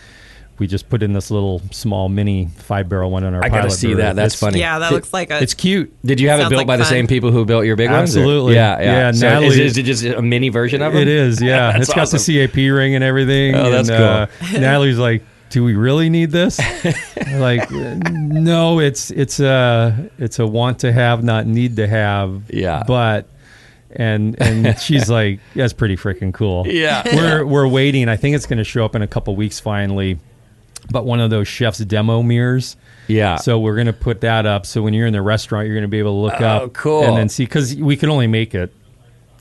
Speaker 2: we just put in this little small mini five barrel one on our.
Speaker 1: I gotta
Speaker 2: pilot
Speaker 1: see
Speaker 2: brewery.
Speaker 1: that. That's
Speaker 2: It's-
Speaker 1: funny.
Speaker 3: Yeah, that looks like a.
Speaker 2: It's cute.
Speaker 1: Did you have it
Speaker 3: Sounds
Speaker 1: built
Speaker 3: like
Speaker 1: by the
Speaker 3: fun.
Speaker 1: same people who built your big ones? or-
Speaker 2: Absolutely.
Speaker 1: Yeah, yeah.
Speaker 2: Yeah,
Speaker 1: so is,
Speaker 2: Natalie-
Speaker 1: is it just a mini version of it?
Speaker 2: It is, yeah.
Speaker 1: That's
Speaker 2: It's got
Speaker 1: awesome.
Speaker 2: the CAP ring and everything.
Speaker 1: Oh, that's
Speaker 2: and, Uh, Natalie's like, "Do we really need this?" like, uh, no. It's it's a it's a want to have, not need to have.
Speaker 1: Yeah.
Speaker 2: But and and she's like, "That's pretty freaking cool."
Speaker 1: Yeah.
Speaker 2: We're we're waiting. I think it's going to show up in a couple weeks finally. But one of those chef's demo mirrors.
Speaker 1: Yeah.
Speaker 2: So we're going to put that up. So when you're in the restaurant, you're going to be able to look
Speaker 1: Oh,
Speaker 2: up.
Speaker 1: cool.
Speaker 2: And then see, because we can only make it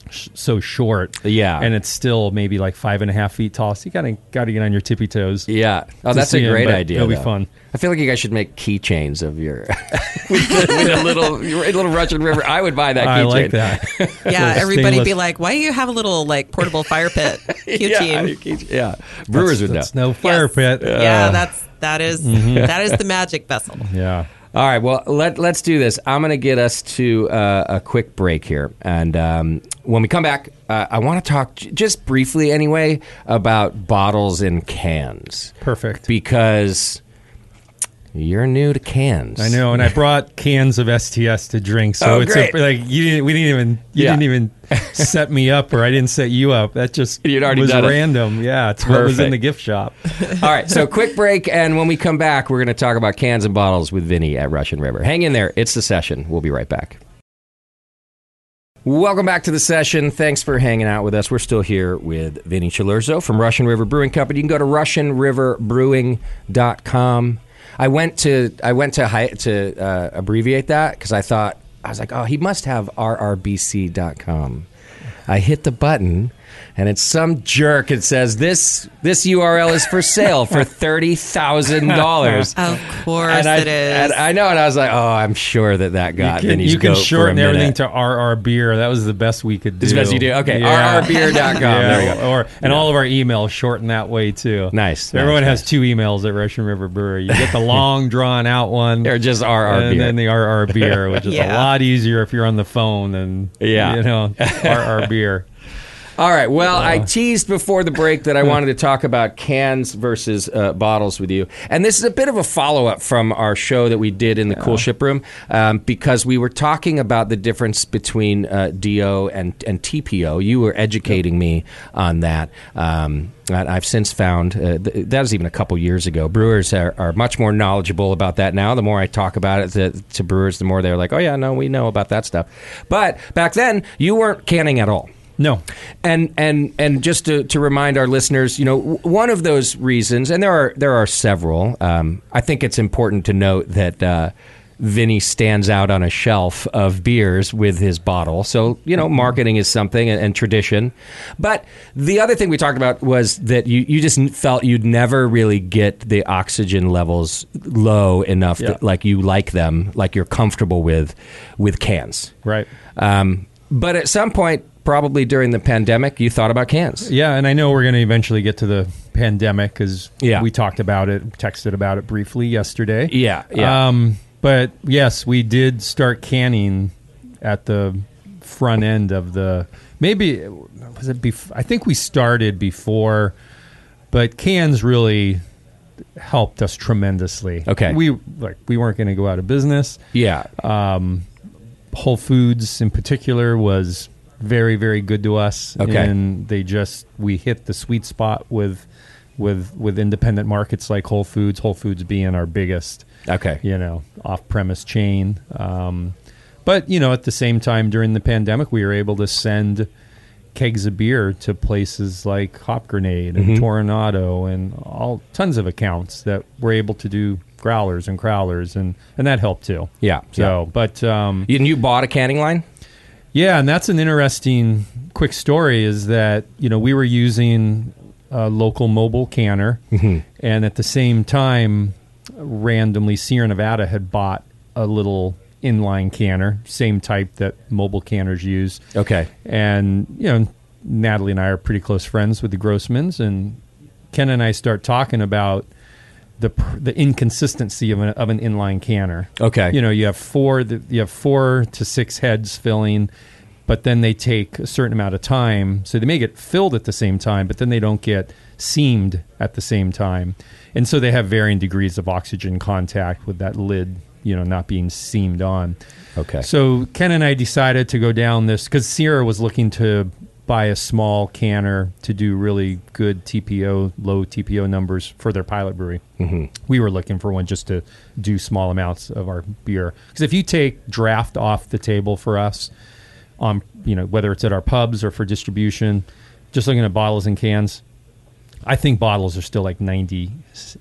Speaker 2: sh- so short.
Speaker 1: Yeah.
Speaker 2: And it's still maybe like five and a half feet tall. So you gotta gotta get on your tippy toes.
Speaker 1: Yeah. Oh,
Speaker 2: To
Speaker 1: that's
Speaker 2: see
Speaker 1: a
Speaker 2: 'em,
Speaker 1: great
Speaker 2: but
Speaker 1: idea.
Speaker 2: it'll be
Speaker 1: though.
Speaker 2: fun.
Speaker 1: I feel like you guys should make keychains of your with, the, with a little a little Russian river. I would buy that keychain.
Speaker 2: I like that.
Speaker 3: yeah,
Speaker 2: little
Speaker 3: everybody be
Speaker 2: stainless-
Speaker 3: like, why do you have a little like portable fire pit? Cute
Speaker 1: yeah,
Speaker 3: team.
Speaker 1: your keychain. yeah. Brewers would know.
Speaker 2: That's no fire
Speaker 3: Yes.
Speaker 2: pit. uh, mm-hmm.
Speaker 3: Yeah, that's that is- that is the magic vessel.
Speaker 2: yeah.
Speaker 1: All right. Well, let let's do this. I'm going to get us to uh, a quick break here, and um, when we come back, uh, I want to talk j- just briefly, anyway, about bottles and cans.
Speaker 2: Perfect.
Speaker 1: Because you're new to cans.
Speaker 2: I know, and I brought cans of STS to drink, so
Speaker 1: Oh,
Speaker 2: it's
Speaker 1: great.
Speaker 2: A, like you didn't. We didn't even. You
Speaker 1: Yeah.
Speaker 2: didn't even set me up, or I didn't set you up. That just
Speaker 1: You'd already
Speaker 2: was
Speaker 1: done it.
Speaker 2: random. Yeah, it's what was
Speaker 1: Perfect.
Speaker 2: in the gift shop.
Speaker 1: All right. So quick break, and when we come back, we're going to talk about cans and bottles with Vinny at Russian River. Hang in there. It's the session. We'll be right back. Welcome back to the session. Thanks for hanging out with us. We're still here with Vinny Chilurzo from Russian River Brewing Company. You can go to russianriverbrewing.com. I went to I went to hi- to uh, abbreviate that because I thought I was like, oh, he must have rrbc.com. I hit the button, and it's some jerk. It says this this URL is for sale for thirty thousand dollars.
Speaker 3: Of course
Speaker 1: And I,
Speaker 3: it is.
Speaker 1: and I know, and I was like, "Oh, I'm sure that that got
Speaker 2: you can,
Speaker 1: Vinny's
Speaker 2: you can
Speaker 1: Uh, goat for a
Speaker 2: shorten everything
Speaker 1: minute."
Speaker 2: to RR beer. That was the best we could do.
Speaker 1: It's the best you do. Okay,
Speaker 2: Yeah.
Speaker 1: rrbeer.com.
Speaker 2: Yeah,
Speaker 1: There you go.
Speaker 2: Or and all of our emails shorten that way too.
Speaker 1: Nice,
Speaker 2: So everyone
Speaker 1: nice,
Speaker 2: has two emails at Russian River Brewery. You get the long drawn out one.
Speaker 1: They're just RR
Speaker 2: and
Speaker 1: beer.
Speaker 2: then the RR beer, which is
Speaker 3: Yeah.
Speaker 2: a lot easier if you're on the phone than
Speaker 1: Yeah.
Speaker 2: you know RR beer.
Speaker 1: All right. Well, I teased before the break that I wanted to talk about cans versus uh, bottles with you, and this is a bit of a follow up from our show that we did in the cool ship room um, because we were talking about the difference between uh, DO and and TPO. You were educating me on that. Um, and I've since found uh, th- that was even a couple years ago. Brewers are, are much more knowledgeable about that now. The more I talk about it to, to brewers, the more they're like, "Oh yeah, no, we know about that stuff." But back then, you weren't canning at all.
Speaker 2: No.
Speaker 1: And and and just to, to remind our listeners, you know, w- one of those reasons, and there are there are several. Um, I think it's important to note that uh, Vinny stands out on a shelf of beers with his bottle. So, you know, marketing is something and, and tradition. But the other thing we talked about was that you, you just felt you'd never really get the oxygen levels low enough
Speaker 2: Yeah.
Speaker 1: that like you like them, like you're comfortable with with cans.
Speaker 2: Right.
Speaker 1: Um, but at some point, probably during the pandemic, you thought about cans.
Speaker 2: Yeah, and I know we're going to eventually get to the pandemic because
Speaker 1: Yeah.
Speaker 2: we talked about it, texted about it briefly yesterday.
Speaker 1: Yeah, yeah.
Speaker 2: Um, but yes, we did start canning at the front end of the maybe was it bef- I think we started before, but cans really helped us tremendously.
Speaker 1: Okay.
Speaker 2: we like we weren't going to go out of business.
Speaker 1: Yeah. Uh,
Speaker 2: Whole Foods in particular was very very good to us
Speaker 1: Okay.
Speaker 2: and they just we hit the sweet spot with with with independent markets like Whole Foods, Whole Foods being our biggest
Speaker 1: Okay.
Speaker 2: you know, off-premise chain. Um, but you know, at the same time during the pandemic we were able to send kegs of beer to places like Hop Grenade and
Speaker 1: Mm-hmm.
Speaker 2: Toronado and all tons of accounts that were able to do growlers and crowlers and and that helped too.
Speaker 1: Yeah,
Speaker 2: So, but um
Speaker 1: You- And you bought a canning line?
Speaker 2: yeah, and that's an interesting quick story is that, you know, we were using a local mobile canner and at the same time randomly Sierra Nevada had bought a little inline canner, same type that mobile canners use.
Speaker 1: Okay.
Speaker 2: And, you know, Natalie and I are pretty close friends with the Grossmans and Ken and I start talking about the pr- the inconsistency of an of an inline canner.
Speaker 1: Okay.
Speaker 2: You know, you have four th- you have four to six heads filling, but then they take a certain amount of time. So they may get filled at the same time, but then they don't get seamed at the same time. And so they have varying degrees of oxygen contact with that lid, you know, not being seamed on.
Speaker 1: Okay.
Speaker 2: So Ken and I decided to go down this because Sierra was looking to buy a small canner to do really good TPO, low TPO numbers for their pilot brewery. Mm-hmm. We were looking for one just to do small amounts of our beer because if you take draft off the table for us, on you know whether it's at our pubs or for distribution, just looking at bottles and cans, I think bottles are still like ninety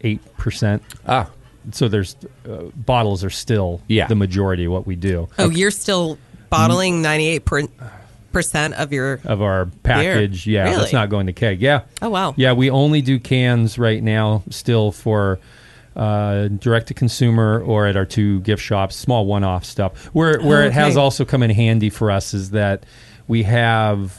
Speaker 2: eight percent.
Speaker 1: Ah.
Speaker 2: So there's uh, bottles are still
Speaker 1: Yeah.
Speaker 2: the majority of what we do.
Speaker 3: Oh, you're still bottling 98 per- percent of your.
Speaker 2: of our package. Yeah,
Speaker 3: Really?
Speaker 2: that's not going to keg. Yeah.
Speaker 3: Oh, wow.
Speaker 2: Yeah, we only do cans right now, still for uh, direct to consumer or at our two gift shops, small one off stuff. Where where it has
Speaker 3: Oh, okay.
Speaker 2: also come in handy for us is that we have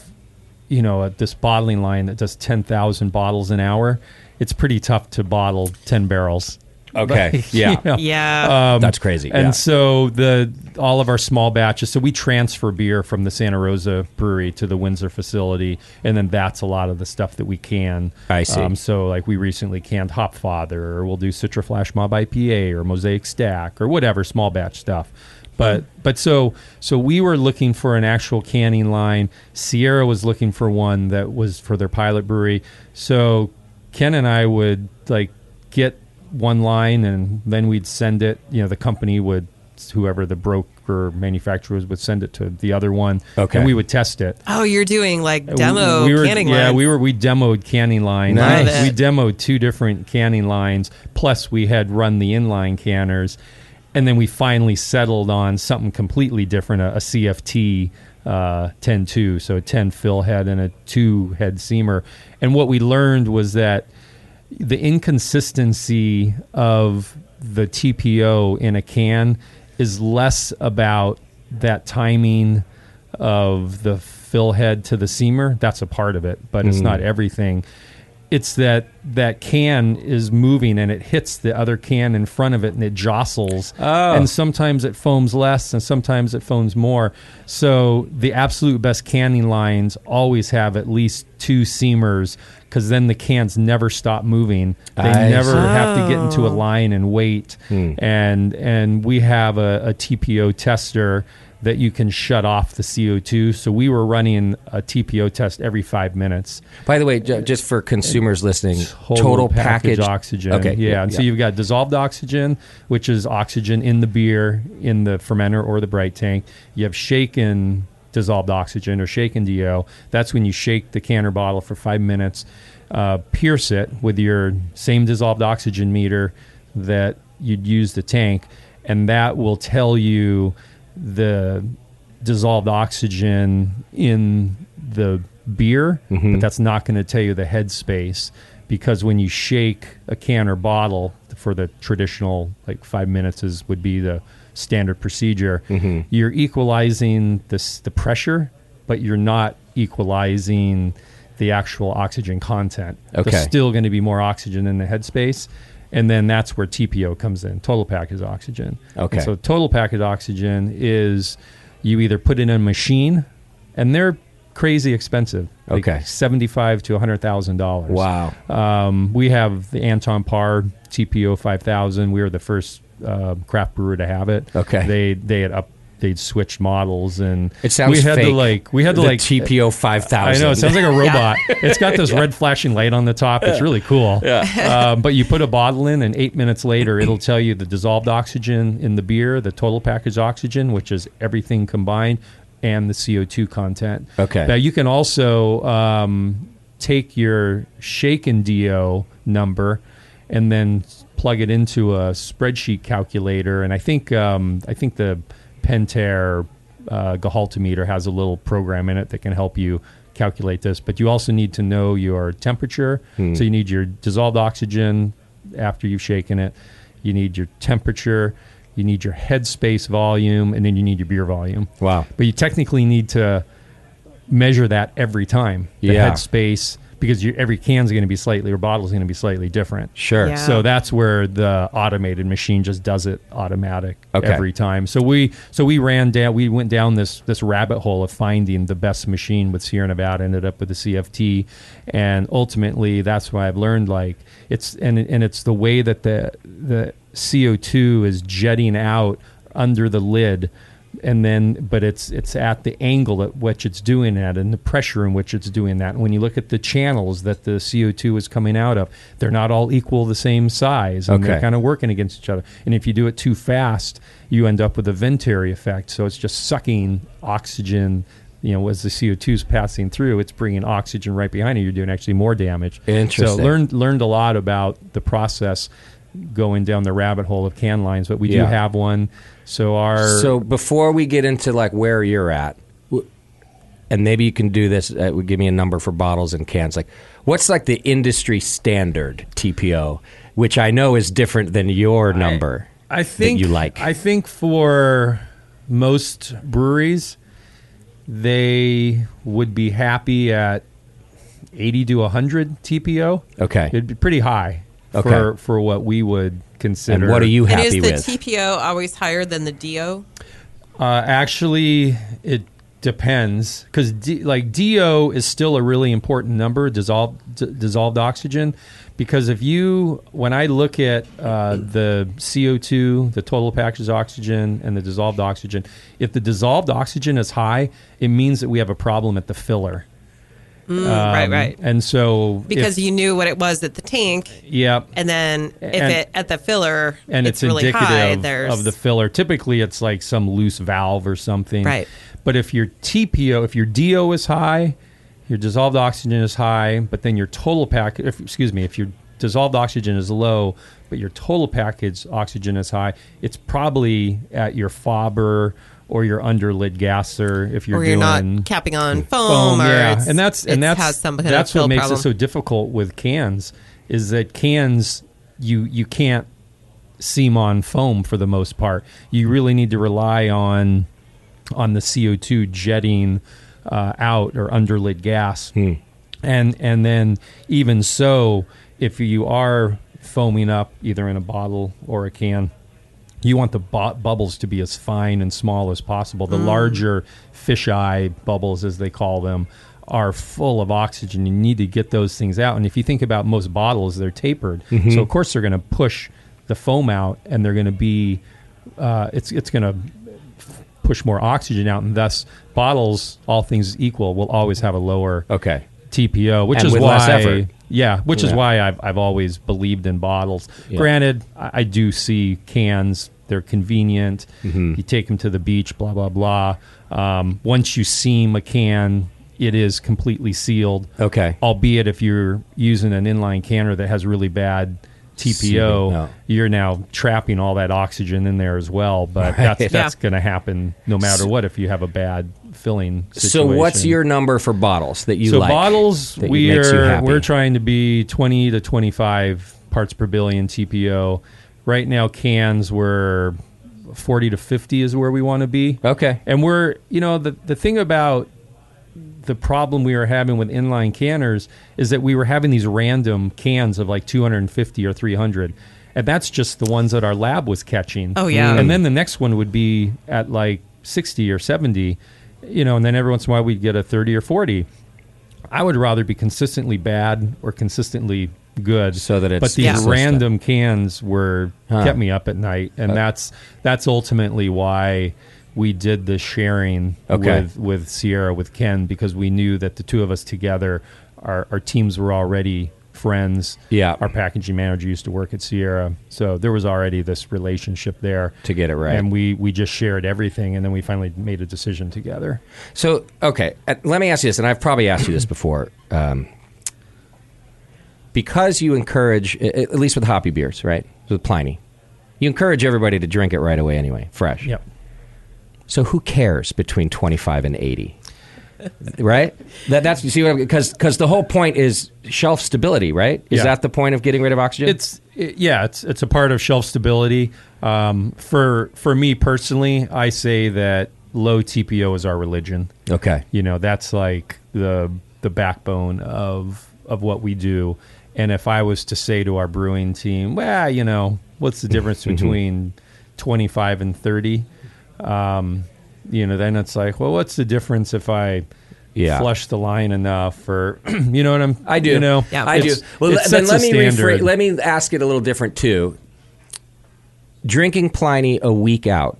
Speaker 2: you know uh, this bottling line that does ten thousand bottles an hour. It's pretty tough to bottle ten barrels.
Speaker 1: Okay.
Speaker 2: You
Speaker 1: Yeah.
Speaker 2: know?
Speaker 3: Yeah.
Speaker 2: uh,
Speaker 1: That's crazy.
Speaker 2: And
Speaker 1: yeah.
Speaker 2: so the all of our small batches. So we transfer beer from the Santa Rosa brewery to the Windsor facility, and then that's a lot of the stuff that we can. um,
Speaker 1: I see.
Speaker 2: so like we recently canned Hop Father, or we'll do Citra Flash Mob IPA, or Mosaic Stack, or whatever small batch stuff. But but so so we were looking for an actual canning line. Sierra was looking for one that was for their pilot brewery. So Ken and I would like get one line and then we'd send it you know the company would whoever the broker manufacturer was would send it to the other one
Speaker 1: Okay.
Speaker 2: and we would test it
Speaker 3: oh, you're doing like
Speaker 2: And
Speaker 3: demo
Speaker 2: we were,
Speaker 3: canning
Speaker 2: yeah
Speaker 3: lines.
Speaker 2: we were we demoed canning lines
Speaker 1: Love Nice. it.
Speaker 2: we demoed two different canning lines plus we had run the inline canners and then we finally settled on something completely different a, a cft uh, 10-2 so a 10 fill head and a 2 head seamer and what we learned was that the inconsistency of the TPO in a can is less about that timing of the fill head to the seamer. That's a part of it, but it's not everything. It's that that can is moving and it hits the other can in front of it and it jostles.
Speaker 1: Oh.
Speaker 2: And sometimes it foams less and sometimes it foams more. So the absolute best canning lines always have at least two seamers because then the cans never stop moving. They
Speaker 1: I see.
Speaker 2: never
Speaker 1: Oh. Hmm.
Speaker 2: have to get into a line and wait. And and we have a, a TPO tester that you can shut off the CO2. So we were running a TPO test every five minutes.
Speaker 1: By the way, ju- just for consumers listening, total, package,
Speaker 2: oxygen.
Speaker 1: Okay,
Speaker 2: yeah. and so you've got dissolved oxygen, which is oxygen in the beer, in the fermenter or the bright tank. You have shaken dissolved oxygen or shaken DO. That's when you shake the canner bottle for five minutes, uh, pierce it with your same dissolved oxygen meter that you'd use the tank, and that will tell you the dissolved oxygen in the beer, but that's not going to tell you the headspace because when you shake a can or bottle for the traditional like five minutes is would be the standard procedure. You're equalizing this the pressure, but you're not equalizing the actual oxygen content.
Speaker 1: Okay.
Speaker 2: There's still going to be more oxygen in the headspace. And then that's where TPO comes in. Total package oxygen.
Speaker 1: Okay.
Speaker 2: And so total package oxygen is you either put it in a machine, and they're crazy expensive. like
Speaker 1: Okay.
Speaker 2: Seventy-five to hundred thousand dollars.
Speaker 1: Wow.
Speaker 2: Um, we have the Anton Parr TPO 5000. We were the first uh, craft brewer to have it.
Speaker 1: Okay.
Speaker 2: They they had up they'd switched models and
Speaker 1: It sounds
Speaker 2: we had
Speaker 1: fake.
Speaker 2: to like we had to
Speaker 1: The
Speaker 2: like
Speaker 1: TPO five
Speaker 2: I
Speaker 1: thousand.
Speaker 2: know it sounds like a robot. It's got this red flashing light on the top. It's really cool. Yeah. Um, but you put a bottle in, and eight minutes later, it'll tell you the dissolved oxygen in the beer, the total package oxygen, which is everything combined, and the CO two content.
Speaker 1: Okay.
Speaker 2: Now you can also um, take your shaken DO number and then plug it into a spreadsheet calculator. And I think um, I think the Pentair uh, Gehaltometer has a little program in it that can help you calculate this. But you also need to know your temperature. So you need your dissolved oxygen after you've shaken it. You need your temperature. You need your headspace volume, and then you need your beer volume.
Speaker 1: Wow.
Speaker 2: But you technically need to measure that every time. The
Speaker 1: Yeah.
Speaker 2: headspace because you, every can's going to be slightly or bottle's going to be slightly different.
Speaker 1: Sure.
Speaker 3: Yeah.
Speaker 2: So that's where the automated machine just does it automatic
Speaker 1: Okay.
Speaker 2: every time. So we so we ran down we went down this this rabbit hole of finding the best machine with Sierra Nevada ended up with the CFT and ultimately that's why I've learned like it's and and it's the way that the the CO2 is jetting out under the lid and then but it's it's at the angle at which it's doing that and the pressure in which it's doing that and when you look at the channels that the co2 is coming out of they're not all equal the same size and
Speaker 1: Okay.
Speaker 2: they're kind of working against each other and if you do it too fast you end up with a venturi effect so it's just sucking oxygen you know as the co2 is passing through it's bringing oxygen right behind it you're doing actually more damage so
Speaker 1: Interesting.
Speaker 2: learned learned a lot about the process going down the rabbit hole of can lines but we do
Speaker 1: Yeah.
Speaker 2: have one so our
Speaker 1: So before we get into like where you're at, w- and maybe you can do this, uh, give me a number for bottles and cans. Like, what's like the industry standard TPO, which I know is different than your number.
Speaker 2: I think
Speaker 1: you like.
Speaker 2: I think for most breweries, they would be happy at eighty to hundred TPO.
Speaker 1: Okay.
Speaker 2: it'd be pretty high
Speaker 1: Okay.
Speaker 2: for for what we would consider.
Speaker 1: and what are you
Speaker 3: And
Speaker 1: happy
Speaker 3: is the
Speaker 1: with?
Speaker 3: TPO always higher than the DO?
Speaker 2: Uh, actually, it depends because D, like DO is still a really important number, dissolved d- dissolved oxygen, because if you when I look at uh, the CO two, the total package oxygen, and the dissolved oxygen, if the dissolved oxygen is high, it means that we have a problem at the filler. Um,
Speaker 3: right, right.
Speaker 2: And so
Speaker 3: Because
Speaker 2: if,
Speaker 3: you knew what it was at the tank,
Speaker 2: yeah,
Speaker 3: and then if
Speaker 2: And-
Speaker 3: it at the filler,
Speaker 2: and it's,
Speaker 3: really
Speaker 2: indicative
Speaker 3: high. There's
Speaker 2: of the filler. Typically, it's like some loose valve or something.
Speaker 3: Right.
Speaker 2: But if your TPO, if your DO is high, your dissolved oxygen is high, but then your total pack, if, excuse me, if your dissolved oxygen is low, but your total package oxygen is high, it's probably at your fobber or your underlid gasser. If you're
Speaker 3: or you're
Speaker 2: doing
Speaker 3: not capping on
Speaker 2: foam,
Speaker 3: foam, or
Speaker 2: yeah.
Speaker 3: it's,
Speaker 2: and that's
Speaker 3: it's
Speaker 2: and that's
Speaker 3: has some kind of
Speaker 2: that's
Speaker 3: fill
Speaker 2: what makes
Speaker 3: problem.
Speaker 2: it so difficult with cans is that cans you you can't seam on foam for the most part. You really need to rely on on the CO two jetting uh, out or underlid gas, and and then even so, if you are foaming up either in a bottle or a can, you want the bu- bubbles to be as fine and small as possible.
Speaker 1: Mm.
Speaker 2: The larger fisheye bubbles, as they call them, are full of oxygen. You need to get those things out. And if you think about most bottles, they're tapered,
Speaker 1: Mm-hmm.
Speaker 2: so of course they're going to push the foam out, and they're going to be uh, it's it's going to push more oxygen out, and thus bottles, all things equal, will always have a lower
Speaker 1: Okay.
Speaker 2: TPO, which
Speaker 1: And
Speaker 2: is
Speaker 1: with
Speaker 2: why
Speaker 1: less effort.
Speaker 2: yeah, which is
Speaker 1: Yeah.
Speaker 2: why I've I've always believed in bottles.
Speaker 1: Yeah.
Speaker 2: Granted, I, I do see cans; they're convenient.
Speaker 1: Mm-hmm.
Speaker 2: You take them to the beach, blah blah blah. Um, once you seam a can, it is completely sealed.
Speaker 1: Okay.
Speaker 2: albeit if you're using an inline canner that has really bad TPO,
Speaker 1: No.
Speaker 2: you're now trapping all that oxygen in there as well. But
Speaker 1: Right.
Speaker 2: that's that's
Speaker 3: Yeah.
Speaker 2: going to happen no matter what if you have a bad filling.
Speaker 1: So what's
Speaker 2: situation.
Speaker 1: your number for bottles that you
Speaker 2: so
Speaker 1: like?
Speaker 2: bottles
Speaker 1: that
Speaker 2: we
Speaker 1: makes you
Speaker 2: are
Speaker 1: happy?
Speaker 2: we're trying to be 20 to 25 parts per billion TPO. Right now cans were 40 to 50 is where we want to be.
Speaker 1: Okay.
Speaker 2: And we're, you know, the the thing about the problem we were having with inline canners is that we were having these random cans of like 250 or 300. And that's just the ones that our lab was catching.
Speaker 3: Oh, yeah.
Speaker 2: And then the next one would be at like 60 or 70, you know, and then every once in a while we'd get a 30 or 40. I would rather be consistently bad or consistently good,
Speaker 1: So that it's
Speaker 2: but these
Speaker 1: consistent.
Speaker 2: random cans were
Speaker 1: Huh. Uh,
Speaker 2: kept me up at night, and that's that's ultimately why we did the sharing
Speaker 1: Okay.
Speaker 2: with with Sierra with Ken because we knew that the two of us together, our our teams were already friends.
Speaker 1: Yeah.
Speaker 2: our packaging manager used to work at Sierra, so there was already this relationship there
Speaker 1: To get it right.
Speaker 2: and we we just shared everything, and then we finally made a decision together.
Speaker 1: So okay, uh, let me ask you this, and I've probably asked you this before. Um, because you encourage, a- a- at least with hoppy beers, right? With Pliny, you encourage everybody to drink it right away anyway, fresh.
Speaker 2: Yep.
Speaker 1: So who cares between 25 and 80? right? That, that's you see what because because the whole point is shelf stability, right? Is
Speaker 2: Yeah.
Speaker 1: that the point of getting rid of oxygen?
Speaker 2: It's it, yeah, it's it's a part of shelf stability. Um, for for me personally, I say that low TPO is our religion.
Speaker 1: okay.
Speaker 2: You know, that's like the the backbone of of what we do. And if I was to say to our brewing team, well, you know, what's the difference between twenty five and thirty? Um, you know, then it's like, well, what's the difference if I
Speaker 1: Yeah.
Speaker 2: flush the line enough, or you know what I'm?
Speaker 1: I do.
Speaker 2: You know,
Speaker 3: Yeah.
Speaker 1: I do.
Speaker 2: It's-
Speaker 1: Well,
Speaker 2: it
Speaker 1: le- then
Speaker 2: sets
Speaker 1: let
Speaker 2: a
Speaker 1: me rephrase,
Speaker 2: standard.
Speaker 1: let me ask it a little different too. Drinking Pliny a week out,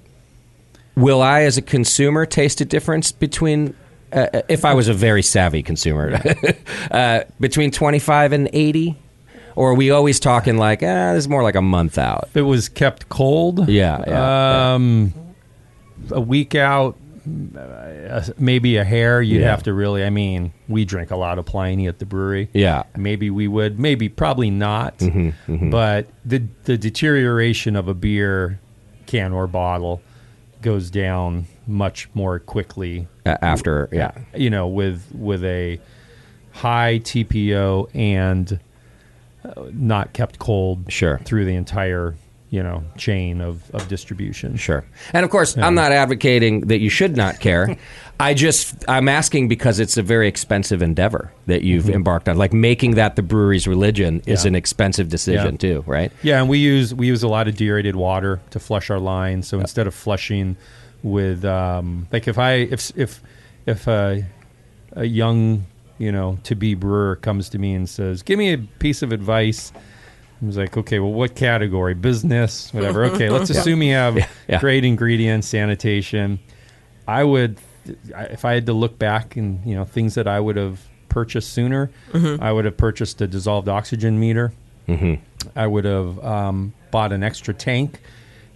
Speaker 1: will I, as a consumer, taste a difference between? Uh, if I was a very savvy consumer, uh, between twenty five and eighty, or are we always talking like, ah, this is more like a month out?
Speaker 2: If it was kept cold.
Speaker 1: Yeah, yeah,
Speaker 2: um, A week out, uh, maybe a hair. You'd
Speaker 1: Yeah.
Speaker 2: have to really. I mean, we drink a lot of Pliny at the brewery.
Speaker 1: Yeah. Mm-hmm,
Speaker 2: Maybe we would. Maybe probably not. But the the deterioration of a beer can or bottle goes down much more quickly
Speaker 1: Uh, after, yeah,
Speaker 2: you know with with a high TPO and uh, not kept cold
Speaker 1: Sure.
Speaker 2: through the entire you know chain of, of distribution
Speaker 1: Sure. And of course, I'm not advocating that you should not care. I just I'm asking because it's a very expensive endeavor that you've embarked on. Like making that the brewery's religion is
Speaker 2: Mm-hmm. Yeah.
Speaker 1: an expensive decision
Speaker 2: Yeah.
Speaker 1: too, right?
Speaker 2: yeah and we use we use a lot of deaerated water to flush our lines so instead of flushing with um, like if I if if if uh, a young you know to be brewer comes to me and says give me a piece of advice I was like, okay, well, what category? Business, whatever. Okay, let's assume you have
Speaker 1: yeah.
Speaker 2: great ingredients, sanitation. I would, I- if I had to look back and you know things that I would have purchased sooner,
Speaker 1: Mm-hmm.
Speaker 2: I would have purchased a dissolved oxygen meter. Mm-hmm. I would have um, bought an extra tank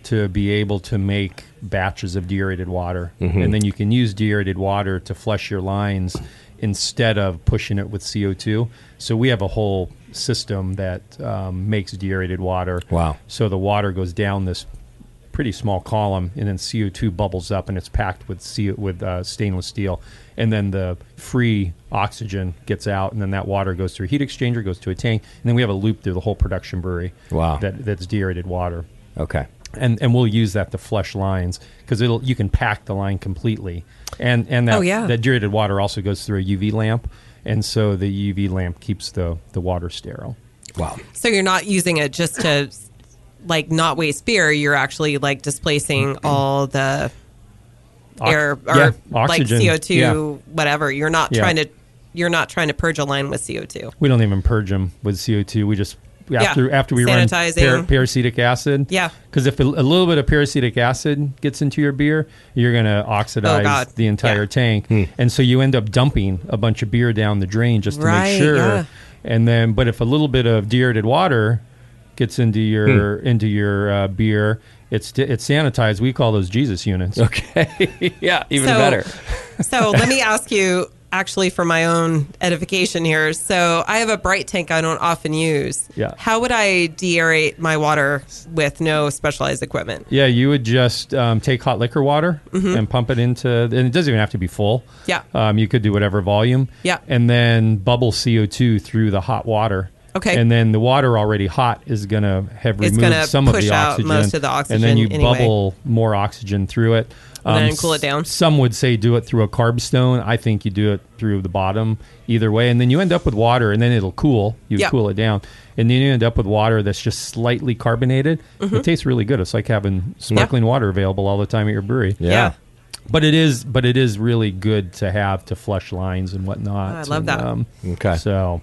Speaker 2: to be able to make batches of deaerated water, and then you can use deaerated water to flush your lines instead of pushing it with CO two. So we have a whole system that um, makes deaerated water.
Speaker 1: Wow.
Speaker 2: So the water goes down this pretty small column, and then CO2 bubbles up, and it's packed with CO- with uh, stainless steel, and then the free oxygen gets out, and then that water goes through a heat exchanger, goes to a tank, and then we have a loop through the whole production brewery.
Speaker 1: Wow.
Speaker 2: that, that's deaerated water,
Speaker 1: Okay.
Speaker 2: and and we'll use that to flush lines because it'll you can pack the line completely, and and that
Speaker 3: Oh, yeah.
Speaker 2: that deaerated water also goes through a UV lamp, and so the UV lamp keeps the the water sterile.
Speaker 1: Wow.
Speaker 3: So you're not using it just to like not waste beer. You're actually like displacing all the
Speaker 2: Ox-
Speaker 3: air or
Speaker 2: yeah,
Speaker 3: like
Speaker 2: oxygen.
Speaker 3: CO two
Speaker 1: Yeah.
Speaker 3: whatever. You're not
Speaker 2: Yeah.
Speaker 3: trying to you're not trying to purge a line with CO two.
Speaker 2: We don't even purge them with CO two. We just
Speaker 3: Yeah.
Speaker 2: after after we run
Speaker 3: Sanitizing.
Speaker 2: par- paracetic acid.
Speaker 3: Yeah.
Speaker 2: because if a, a little bit of paracetic acid gets into your beer, you're going to
Speaker 3: Oh,
Speaker 2: oxidize
Speaker 3: God.
Speaker 2: the entire
Speaker 3: Yeah.
Speaker 2: tank, and so you end up dumping a bunch of beer down the drain just to
Speaker 3: Right,
Speaker 2: make sure.
Speaker 3: yeah.
Speaker 2: And then, but if a little bit of deaerated water gets into your into your uh, beer, it's it's sanitized. We call those Jesus units.
Speaker 1: Okay. yeah, even
Speaker 3: So-
Speaker 1: better.
Speaker 3: So let me ask you actually for my own edification here. So I have a bright tank I don't often use.
Speaker 2: Yeah.
Speaker 3: How would I deaerate my water with no specialized equipment?
Speaker 2: Yeah, you would just um, take hot liquor water and pump it into, and it doesn't even have to be full.
Speaker 3: Mm-hmm. Yeah.
Speaker 2: Um, you could do whatever volume.
Speaker 3: Yeah.
Speaker 2: And then bubble CO2 through the hot water.
Speaker 3: Okay.
Speaker 2: And then the water already hot is going to have
Speaker 3: It's gonna
Speaker 2: removed some of
Speaker 3: push
Speaker 2: the
Speaker 3: out
Speaker 2: oxygen.
Speaker 3: most of the
Speaker 2: And then
Speaker 3: oxygen
Speaker 2: you
Speaker 3: anyway.
Speaker 2: bubble more oxygen through it. Um,
Speaker 3: And then cool it down.
Speaker 2: s- Some would say do it through a carb stone. I think you do it through the bottom either way. And then you end up with water and then it'll cool. You
Speaker 3: Yeah.
Speaker 2: cool it down. And then you end up with water that's just slightly carbonated. It tastes really good. It's like having sparkling water available all the time at your brewery.
Speaker 1: Yeah.
Speaker 2: But it is, but it is really good to have to flush lines and whatnot.
Speaker 3: Oh, I love
Speaker 2: And, um,
Speaker 3: that.
Speaker 1: Okay.
Speaker 2: So,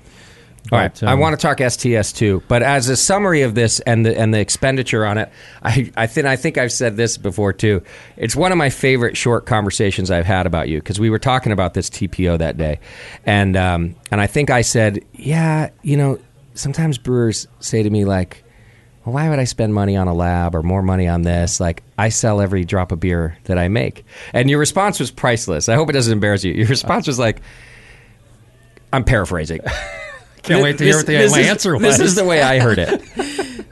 Speaker 1: All right, I want to talk STS too, but as a summary of this and the and the expenditure on it, I I think I think I've said this before too. It's one of my favorite short conversations I've had about you because we were talking about this TPO that day, and um, and I think I said, yeah, you know, sometimes brewers say to me like, well, why would I spend money on a lab or more money on this? Like, I sell every drop of beer that I make, and your response was priceless. I hope it doesn't embarrass you. Your response was like, I'm paraphrasing.
Speaker 2: Can't wait to hear
Speaker 1: This-
Speaker 2: what the,
Speaker 1: this
Speaker 2: my
Speaker 1: is-
Speaker 2: answer was.
Speaker 1: This is the way I heard it.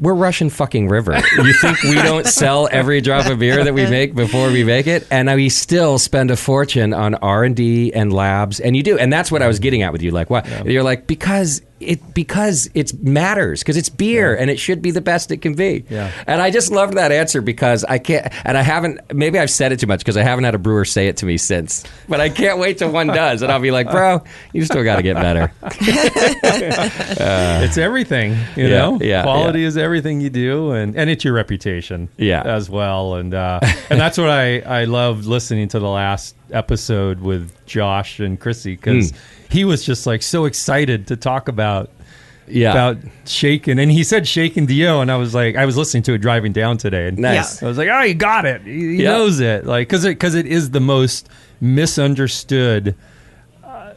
Speaker 1: We're Russian fucking river. You think we don't sell every drop of beer that we make before we make it, and we still spend a fortune on R and D and labs, and you do, and that's what I was getting at with you. Like, why? You're like because it because it matters because it's beer and it should be the best it can be.
Speaker 2: Yeah.
Speaker 1: And I just loved that answer because I can't, and I haven't. Maybe I've said it too much because I haven't had a brewer say it to me since. But I can't wait till one does, and I'll be like, bro, you still got to get better.
Speaker 2: it's everything, you
Speaker 1: Yeah,
Speaker 2: know.
Speaker 1: yeah,
Speaker 2: quality
Speaker 1: yeah.
Speaker 2: is everything you do, and and it's your reputation,
Speaker 1: Yeah.
Speaker 2: as well. And uh, and that's what I I loved listening to the last episode with Josh and Chrissy
Speaker 1: Hmm.
Speaker 2: because he was just like so excited to talk about
Speaker 1: Yeah.
Speaker 2: about shaking, and he said shaking Dio, and I was like, I was listening to it driving down today, and
Speaker 1: Nice.
Speaker 2: I was like, oh, he got it, he, he
Speaker 1: Yeah.
Speaker 2: knows it, like because it because it is the most misunderstood uh,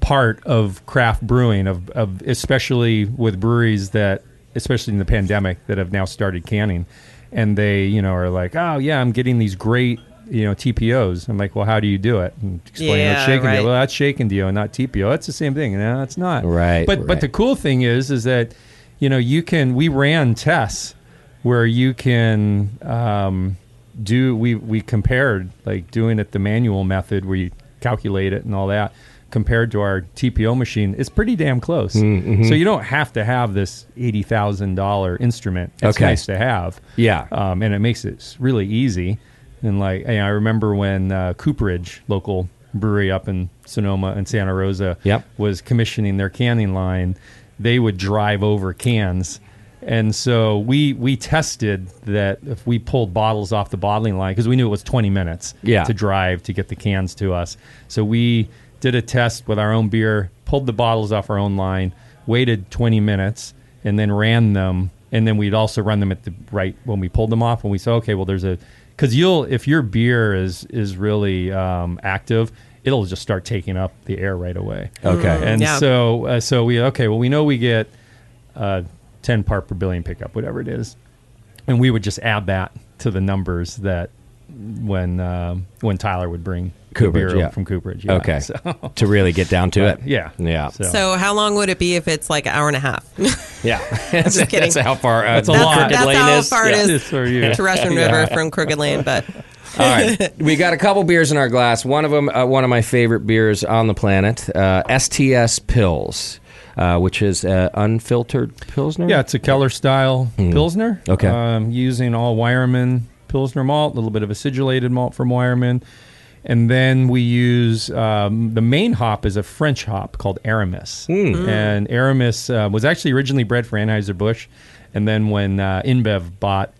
Speaker 2: part of craft brewing of, of especially with breweries that especially in the pandemic that have now started canning and they you know are like oh yeah i'm getting these great you know tpos i'm like well how do you do it and explain
Speaker 3: Yeah,
Speaker 2: that's shaken
Speaker 3: right.
Speaker 2: deal well that's shaken deal and not tpo that's the same thing no it's not
Speaker 1: Right,
Speaker 2: but but
Speaker 1: right.
Speaker 2: the cool thing is is that you know you can we ran tests where you can um, do we we compared like doing it the manual method where you calculate it and all that compared to our TPO machine it's pretty damn close.
Speaker 1: Mm, mm-hmm.
Speaker 2: So you don't have to have this eighty thousand dollar instrument. It's
Speaker 1: Okay.
Speaker 2: nice to have.
Speaker 1: Yeah.
Speaker 2: um, and it makes it s- really easy. And like and I remember when uh, Cooperage local brewery up in Sonoma and Santa Rosa
Speaker 1: Yep.
Speaker 2: was commissioning their canning line, they would drive over cans. And so we we tested that if we pulled bottles off the bottling line because we knew it was 20 minutes
Speaker 1: Yeah.
Speaker 2: to drive to get the cans to us. So we did a test with our own beer, pulled the bottles off our own line, waited 20 minutes, and then ran them. And then we'd also run them at the right when we pulled them off. And we said, okay, well, there's a because you'll if your beer is is really um, active, it'll just start taking up the air right away.
Speaker 1: Okay.
Speaker 2: And
Speaker 3: Yeah.
Speaker 2: so, uh, so we okay. Well, we know we get uh, ten part per billion pickup, whatever it is, and we would just add that to the numbers that when um, when Tyler would bring the
Speaker 1: Cooperage,
Speaker 2: beer
Speaker 1: yeah.
Speaker 2: from Cooperage. Yeah.
Speaker 1: Okay.
Speaker 2: So, Uh,
Speaker 1: to really get down to it.
Speaker 2: yeah.
Speaker 1: Yeah.
Speaker 2: So,
Speaker 3: So how long would it be if it's like an hour and a half
Speaker 1: yeah. that's,
Speaker 3: just kidding.
Speaker 1: that's how far uh,
Speaker 2: That's a
Speaker 1: the
Speaker 2: lot.
Speaker 1: crooked
Speaker 3: That's
Speaker 1: lane
Speaker 3: how
Speaker 1: is.
Speaker 3: far it
Speaker 1: Yeah.
Speaker 3: is.
Speaker 2: This for you.
Speaker 3: to Russian River from Crooked Lane? But
Speaker 1: All right. We got a couple beers in our glass. One of them, uh, one of my favorite beers on the planet, uh, STS Pills, uh, which is uh, unfiltered Pilsner.
Speaker 2: Yeah, it's a Keller style Pilsner.
Speaker 1: Okay.
Speaker 2: Um, using all Wireman Pilsner malt, a little bit of acidulated malt from Wireman. And then we use um, the main hop is a French hop called Aramis. And Aramis uh, was actually originally bred for Anheuser-Busch. And then when uh, InBev bought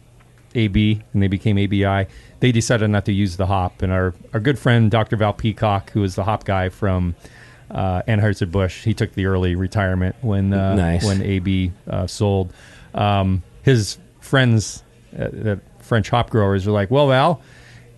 Speaker 2: AB and they became ABI, they decided not to use the hop. And our, our good friend, Dr. Val Peacock, who is the hop guy from uh, Anheuser-Busch, he took the early retirement when uh,
Speaker 1: Nice.
Speaker 2: when AB uh, sold. Um, his friends, uh, the French hop growers, were like, "Well, Val,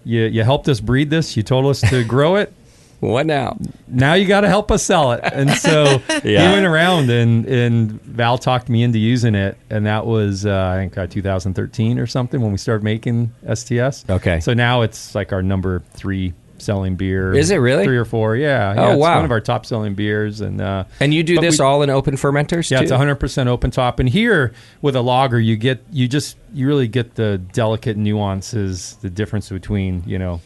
Speaker 2: you you helped us breed this. You told us to grow it.
Speaker 1: What now?
Speaker 2: Now you got to help us sell it." And so
Speaker 1: Yeah.
Speaker 2: he went around and and Val talked me into using it, and that was uh, I think uh, 2013 or something when we started making STS.
Speaker 1: Okay.
Speaker 2: so now it's like our number three selling beer.
Speaker 1: Is it really?
Speaker 2: Three or four,
Speaker 1: Oh,
Speaker 2: yeah. yeah, it's
Speaker 1: wow.
Speaker 2: One of our top selling beers. And uh,
Speaker 1: And you do
Speaker 2: but
Speaker 1: this
Speaker 2: we-
Speaker 1: all in open fermenters?
Speaker 2: Yeah,
Speaker 1: too?
Speaker 2: it's 100% open top. And here with a lager, you get, you just, you really get the delicate nuances, the difference between, you know,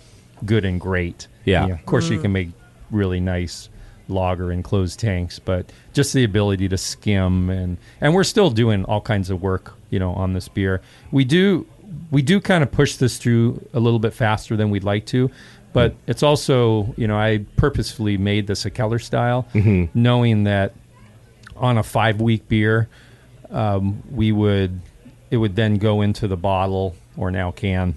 Speaker 2: good and great.
Speaker 1: Yeah.
Speaker 2: You know, of course, you can make really nice lager in closed tanks, but just the ability to skim and, and we're still doing all kinds of work, you know, on this beer. We do, we do kind of push this through a little bit faster than we'd like to. But it's also, you know, I purposefully made this a Keller style, knowing that on a five week beer, um, we would it would then go into the bottle or now can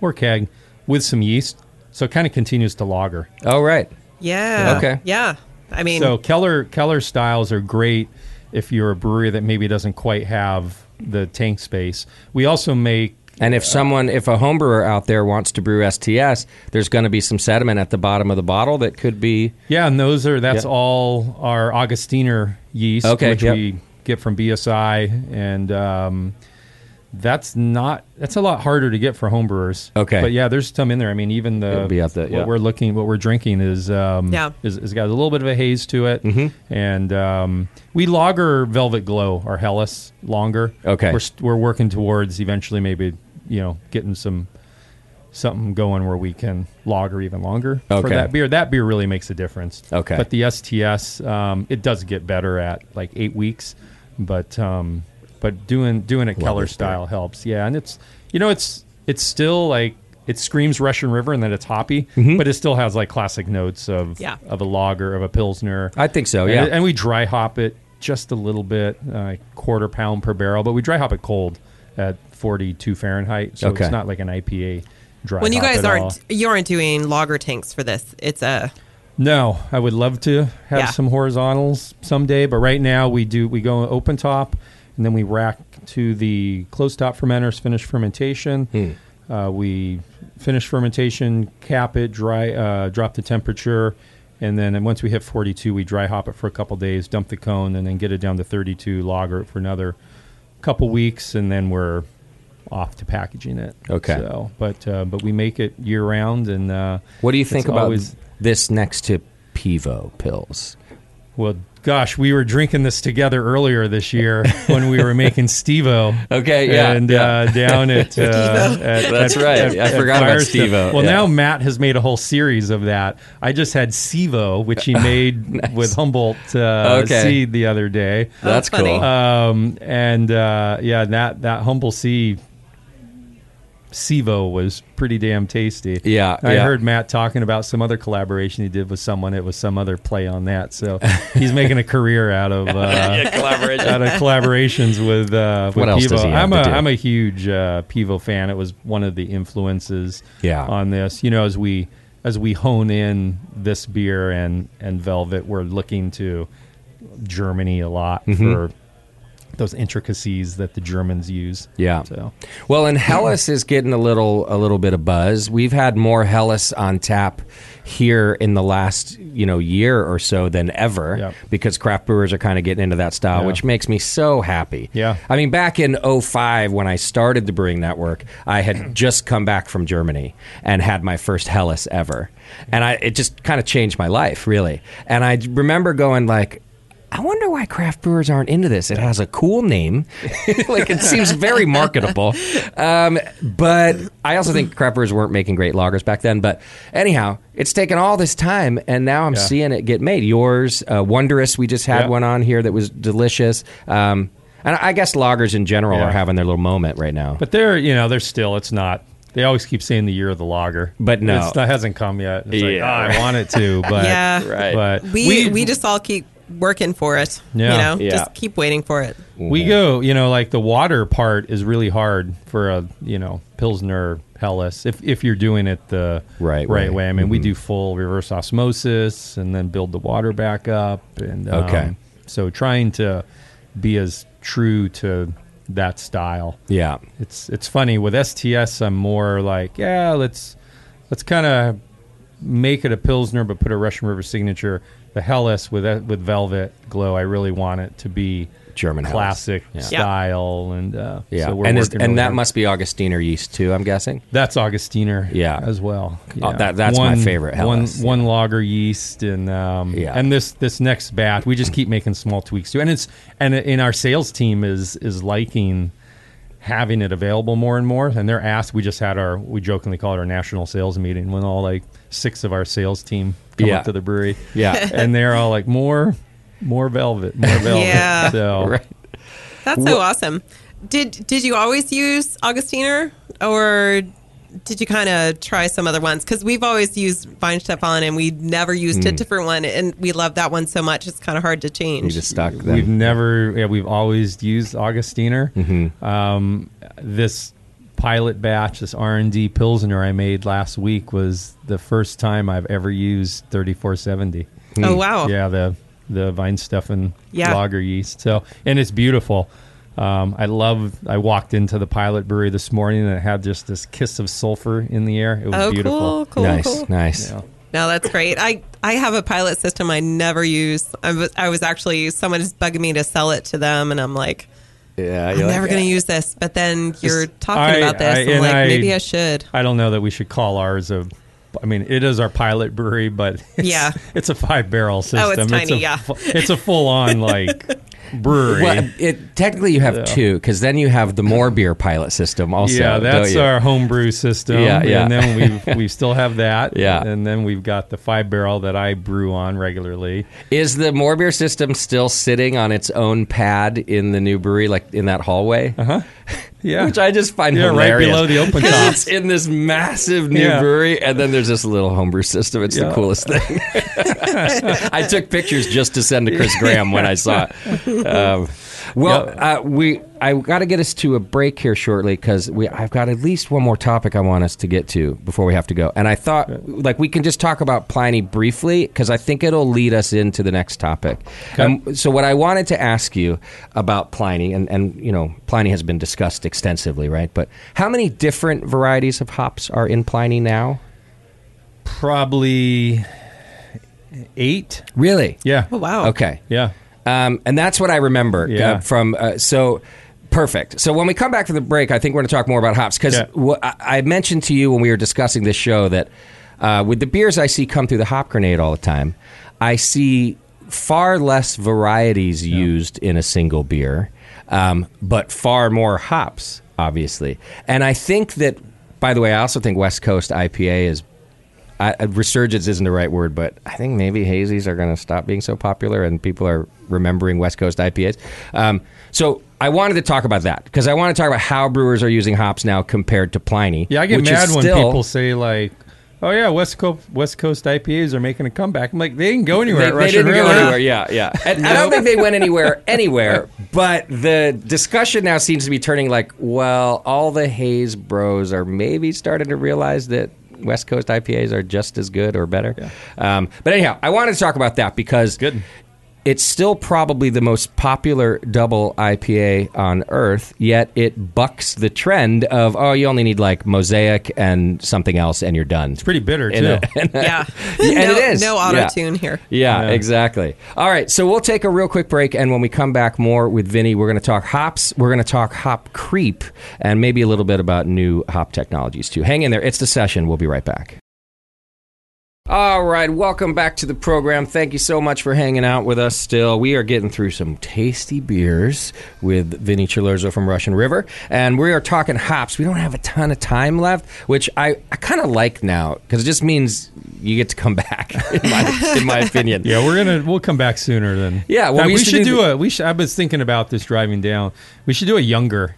Speaker 2: or keg with some yeast. So it kind of continues to lager.
Speaker 1: Oh, right.
Speaker 3: Yeah.
Speaker 1: Okay.
Speaker 3: Yeah. I mean,
Speaker 2: So Keller Keller styles are great if you're a brewery that maybe doesn't quite have the tank space. We also make
Speaker 1: And if someone, if a homebrewer out there wants to brew STS, there's going to be some sediment at the bottom of the bottle that could be.
Speaker 2: Yeah, and those are that's
Speaker 1: Yeah.
Speaker 2: all our Augustiner yeast,
Speaker 1: Okay,
Speaker 2: which
Speaker 1: yep.
Speaker 2: we get from BSI, and um, that's not that's a lot harder to get for homebrewers.
Speaker 1: Okay.
Speaker 2: but yeah, there's some in there. I mean, even the
Speaker 1: It'll be out there,
Speaker 2: what
Speaker 1: yeah.
Speaker 2: we're looking, what we're drinking is um,
Speaker 3: Yeah.
Speaker 2: is, is got a little bit of a haze to it,
Speaker 1: Mm-hmm.
Speaker 2: and um, we lager Velvet Glow our Hellas longer.
Speaker 1: Okay.
Speaker 2: we're st- we're working towards eventually maybe you know getting some something going where we can lager even longer for
Speaker 1: Okay.
Speaker 2: that beer. That beer really makes a difference.
Speaker 1: Okay.
Speaker 2: But the STS, um, it does get better at like eight weeks, but um, but doing doing it Keller style helps. Yeah, and it's you know it's it's still like it screams Russian River and that it's hoppy,
Speaker 1: Mm-hmm.
Speaker 2: but it still has like classic notes of
Speaker 3: Yeah.
Speaker 2: of a lager of a pilsner.
Speaker 1: I think so,
Speaker 2: And
Speaker 1: yeah.
Speaker 2: it- and we dry hop it just a little bit, uh, quarter pound per barrel, but we dry hop it cold at 42 Fahrenheit, so
Speaker 1: Okay.
Speaker 2: it's not like an IPA dry.
Speaker 3: when you
Speaker 2: hop
Speaker 3: guys
Speaker 2: at all.
Speaker 3: aren't you aren't doing lager tanks for this, it's a
Speaker 2: No, I would love to have
Speaker 3: Yeah.
Speaker 2: some horizontals someday, but right now we do we go open top and then we rack to the closed top fermenters, finish fermentation.
Speaker 1: Hmm.
Speaker 2: Uh, we finish fermentation, cap it, dry, uh, drop the temperature, and then once we hit 42, we dry hop it for a couple days, dump the cone, and then get it down to 32, lager it for another couple weeks, and then we're off to packaging it.
Speaker 1: Okay.
Speaker 2: So, but uh, but we make it year round, and uh,
Speaker 1: What do you
Speaker 2: it's
Speaker 1: think about
Speaker 2: always-
Speaker 1: this next to Pivo pills?
Speaker 2: well, gosh, we were drinking this together earlier this year when we were making Stevo.
Speaker 1: Okay, yeah,
Speaker 2: and
Speaker 1: yeah.
Speaker 2: Uh, down at, uh, at
Speaker 1: That's right. I forgot about
Speaker 2: Firestone.
Speaker 1: Stevo.
Speaker 2: Well,
Speaker 1: Yeah.
Speaker 2: now Matt has made a whole series of that. I just had Stevo, which he made with Humboldt uh,
Speaker 1: Okay.
Speaker 2: seed the other day.
Speaker 1: That's
Speaker 3: funny.
Speaker 1: cool.
Speaker 2: Um, and uh, yeah, that that humble sea Sivo was pretty damn tasty.
Speaker 1: Yeah,
Speaker 2: I
Speaker 1: yeah.
Speaker 2: heard Matt talking about some other collaboration he did with someone. It was some other play on that. So he's making a career out of uh,
Speaker 1: collaboration.
Speaker 2: out of collaborations with uh, with
Speaker 1: What else
Speaker 2: Pivo.
Speaker 1: does he have
Speaker 2: I'm
Speaker 1: to
Speaker 2: a
Speaker 1: do?
Speaker 2: am a huge uh, Pivo fan. It was one of the influences
Speaker 1: Yeah.
Speaker 2: on this. You know, as we as we hone in this beer and and Velvet, we're looking to Germany a lot
Speaker 1: Mm-hmm.
Speaker 2: for those intricacies that the Germans use.
Speaker 1: Yeah.
Speaker 2: So
Speaker 1: Well, and Hellas is getting a little a little bit of buzz. We've had more Hellas on tap here in the last you know year or so than ever
Speaker 2: Yeah.
Speaker 1: because craft brewers are kind of getting into that style,
Speaker 2: Yeah.
Speaker 1: which makes me so happy.
Speaker 2: Yeah.
Speaker 1: I mean, back in 05 when I started the Brewing Network, I had just come back from Germany and had my first Hellas ever, and I it just kind of changed my life really. And I remember going like. I wonder why craft brewers aren't into this. It has a cool name. like it seems very marketable. Um, but I also think craft brewers weren't making great lagers back then. But anyhow, it's taken all this time and now I'm
Speaker 2: Yeah.
Speaker 1: seeing it get made. Yours, uh, Wondrous, we just had
Speaker 2: Yeah.
Speaker 1: one on here that was delicious. Um, and I guess lagers in general
Speaker 2: Yeah.
Speaker 1: are having their little moment right now.
Speaker 2: But they're you know they're still it's not. They always keep saying the year of the logger,
Speaker 1: But no.
Speaker 2: it's, it hasn't come yet. It's like,
Speaker 1: Yeah,
Speaker 2: "Ah, I want it to, but
Speaker 3: Yeah. Right.
Speaker 2: But
Speaker 3: we, we just all keep working for it.
Speaker 2: Yeah.
Speaker 3: You know,
Speaker 1: Yeah.
Speaker 3: just keep waiting for it.
Speaker 2: we
Speaker 1: Mm-hmm.
Speaker 2: go you know like the water part is really hard for a you know pilsner hellas if if you're doing it the
Speaker 1: Right Mm-hmm.
Speaker 2: right
Speaker 1: way.
Speaker 2: way. I mean, we do full reverse osmosis and then build the water back up and um,
Speaker 1: Okay.
Speaker 2: So trying to be as true to that style.
Speaker 1: yeah.
Speaker 2: it's it's funny with STS. I'm more like, yeah, let's let's kind of make it a pilsner, but put a Russian River signature. The Hellas with with Velvet Glow, I really want it to be
Speaker 1: German house.
Speaker 2: classic
Speaker 1: Yeah.
Speaker 2: style, and uh,
Speaker 1: Yeah,
Speaker 2: so we're
Speaker 1: and is,
Speaker 2: working
Speaker 1: and
Speaker 2: over-
Speaker 1: that must be Augustiner yeast too. I'm guessing.
Speaker 2: that's Augustiner,
Speaker 1: Yeah.
Speaker 2: as well.
Speaker 1: Oh, that- that's my favorite
Speaker 2: One
Speaker 1: Hellas,
Speaker 2: one lager yeast, and um,
Speaker 1: Yeah.
Speaker 2: and this this next batch, we just keep making small tweaks to, it. and it's and in our sales team is is liking having it available more and more, and they're asked. We just had our we jokingly call it our national sales meeting when all like six of our sales team come
Speaker 1: Yeah.
Speaker 2: up to the brewery,
Speaker 1: Yeah.
Speaker 2: and they're all like more more velvet, more velvet.
Speaker 3: Yeah.
Speaker 2: so
Speaker 1: Right.
Speaker 3: That's so awesome. Did did you always use Augustiner or did you kind of try some other ones? Because we've always used Weinstefan and we never used a different one, and we love that one so much. It's kind of hard to
Speaker 1: Hmm. You
Speaker 3: change.
Speaker 1: just stuck
Speaker 2: We've
Speaker 1: them.
Speaker 2: never, yeah, we've always used Augustiner. Um, this pilot batch, this R and D Pilsner I made last week was the first time I've ever used 3470.
Speaker 3: oh wow!
Speaker 2: Yeah, the the Weinsteffen
Speaker 3: Yeah.
Speaker 2: lager yeast. So, and it's beautiful. Um, I love. I walked into the pilot brewery this morning and it had just this kiss of sulfur in the air. It was
Speaker 3: Oh,
Speaker 2: beautiful.
Speaker 3: cool, cool,
Speaker 1: nice,
Speaker 3: cool.
Speaker 1: nice.
Speaker 2: Yeah.
Speaker 3: No, that's great. I I have a pilot system I never use. I was I was actually someone is bugging me to sell it to them, and I'm like,
Speaker 1: Yeah,
Speaker 3: I'm never going to use this. But then you're talking
Speaker 2: I-
Speaker 3: about this,
Speaker 2: I-
Speaker 3: I, am
Speaker 2: and
Speaker 3: like,
Speaker 2: I-
Speaker 3: maybe I should.
Speaker 2: I don't know that we should call ours a. I mean, it is our pilot brewery, but it's,
Speaker 3: Yeah. Oh,
Speaker 2: it's a five barrel system.
Speaker 3: tiny,
Speaker 2: a,
Speaker 3: yeah.
Speaker 2: fu- It's a full on like brewery.
Speaker 1: Well, it, technically you have two because then you have the more beer pilot system also.
Speaker 2: yeah, that's
Speaker 1: don't you?
Speaker 2: our homebrew system.
Speaker 1: Yeah, yeah.
Speaker 2: And then we we still have that.
Speaker 1: Yeah.
Speaker 2: And then we've got the five barrel that I brew on regularly.
Speaker 1: Is the more beer system still sitting on its own pad in the new brewery, like in that hallway? Uh-huh.
Speaker 2: Yeah.
Speaker 1: Which I just find
Speaker 2: Yeah, right
Speaker 1: hilarious.
Speaker 2: below the open
Speaker 1: 'Cause
Speaker 2: top.
Speaker 1: It's in this massive new
Speaker 2: Yeah.
Speaker 1: brewery, and then there's this little homebrew system. It's the
Speaker 2: Yeah.
Speaker 1: coolest thing. I took pictures just to send to Chris Graham when I saw it. Um, well, uh, we I got to get us to a break here shortly because we I've got at least one more topic I want us to get to before we have to go. And I thought like we can just talk about Pliny briefly because I think it'll lead us into the next topic. Um, so what I wanted to ask you about Pliny and and you know Pliny has been discussed extensively, right? But how many different varieties of hops are in Pliny now?
Speaker 2: Probably eight.
Speaker 1: Really?
Speaker 2: Yeah.
Speaker 3: Oh wow!
Speaker 1: Okay.
Speaker 2: Yeah.
Speaker 1: Um, and that's what I remember
Speaker 2: Yeah.
Speaker 1: uh, from. Uh, so perfect. So when we come back from the break, I think we're going to talk more about hops because
Speaker 2: Yeah.
Speaker 1: I, I mentioned to you when we were discussing this show that uh, with the beers I see come through the hop grenade all the time, I see far less varieties used in a single beer, um, but far more hops, obviously. And I think that, by the way, I also think West Coast IPA is I, uh, resurgence isn't the right word, but I think maybe hazies are going to stop being so popular and people are remembering West Coast IPAs. Um, so I wanted to talk about that because I want to talk about how brewers are using hops now compared to Pliny.
Speaker 2: Yeah, I get
Speaker 1: which is
Speaker 2: mad when
Speaker 1: still-
Speaker 2: people say like, "Oh yeah, West Coast West Coast IPAs are making a comeback." I'm like, they didn't go anywhere.
Speaker 1: They,
Speaker 2: at
Speaker 1: they
Speaker 2: Russian
Speaker 1: didn't go
Speaker 2: River.
Speaker 1: anywhere. Yeah, yeah. And I don't think they went anywhere anywhere. But the discussion now seems to be turning like, well, all the haze bros are maybe starting to realize that West Coast IPAs are just as good or better. Um, but anyhow, I wanted to talk about that because
Speaker 2: Good.
Speaker 1: It's still probably the most popular double IPA on earth, yet it bucks the trend of oh, you only need like mosaic and something else, and you're done. It's
Speaker 2: Pretty bitter
Speaker 1: In a-
Speaker 2: too.
Speaker 3: Yeah,
Speaker 1: Yeah, and
Speaker 3: no,
Speaker 1: it is.
Speaker 3: no
Speaker 1: Yeah.
Speaker 3: auto tune here.
Speaker 1: Yeah,
Speaker 2: Yeah.
Speaker 1: exactly. All right, so we'll take a real quick break, and when we come back, more with Vinny. We're going to talk hops, we're going to talk hop creep, and maybe a little bit about new hop technologies too. Hang in there; it's the session. We'll be right back. All right, welcome back to the program. Thank you so much for hanging out with us still. We are getting through some tasty beers with Vinny Chilurzo from Russian River, and we are talking hops. We don't have a ton of time left, which I, I kind of like now because it just means you get to come back, in my, in my opinion.
Speaker 2: Yeah, we're gonna we'll come back sooner than
Speaker 1: Yeah, well, we
Speaker 2: Now, we,
Speaker 1: used to
Speaker 2: should
Speaker 1: do
Speaker 2: do,
Speaker 1: the-
Speaker 2: a we should. I was thinking about this driving down. We should do a younger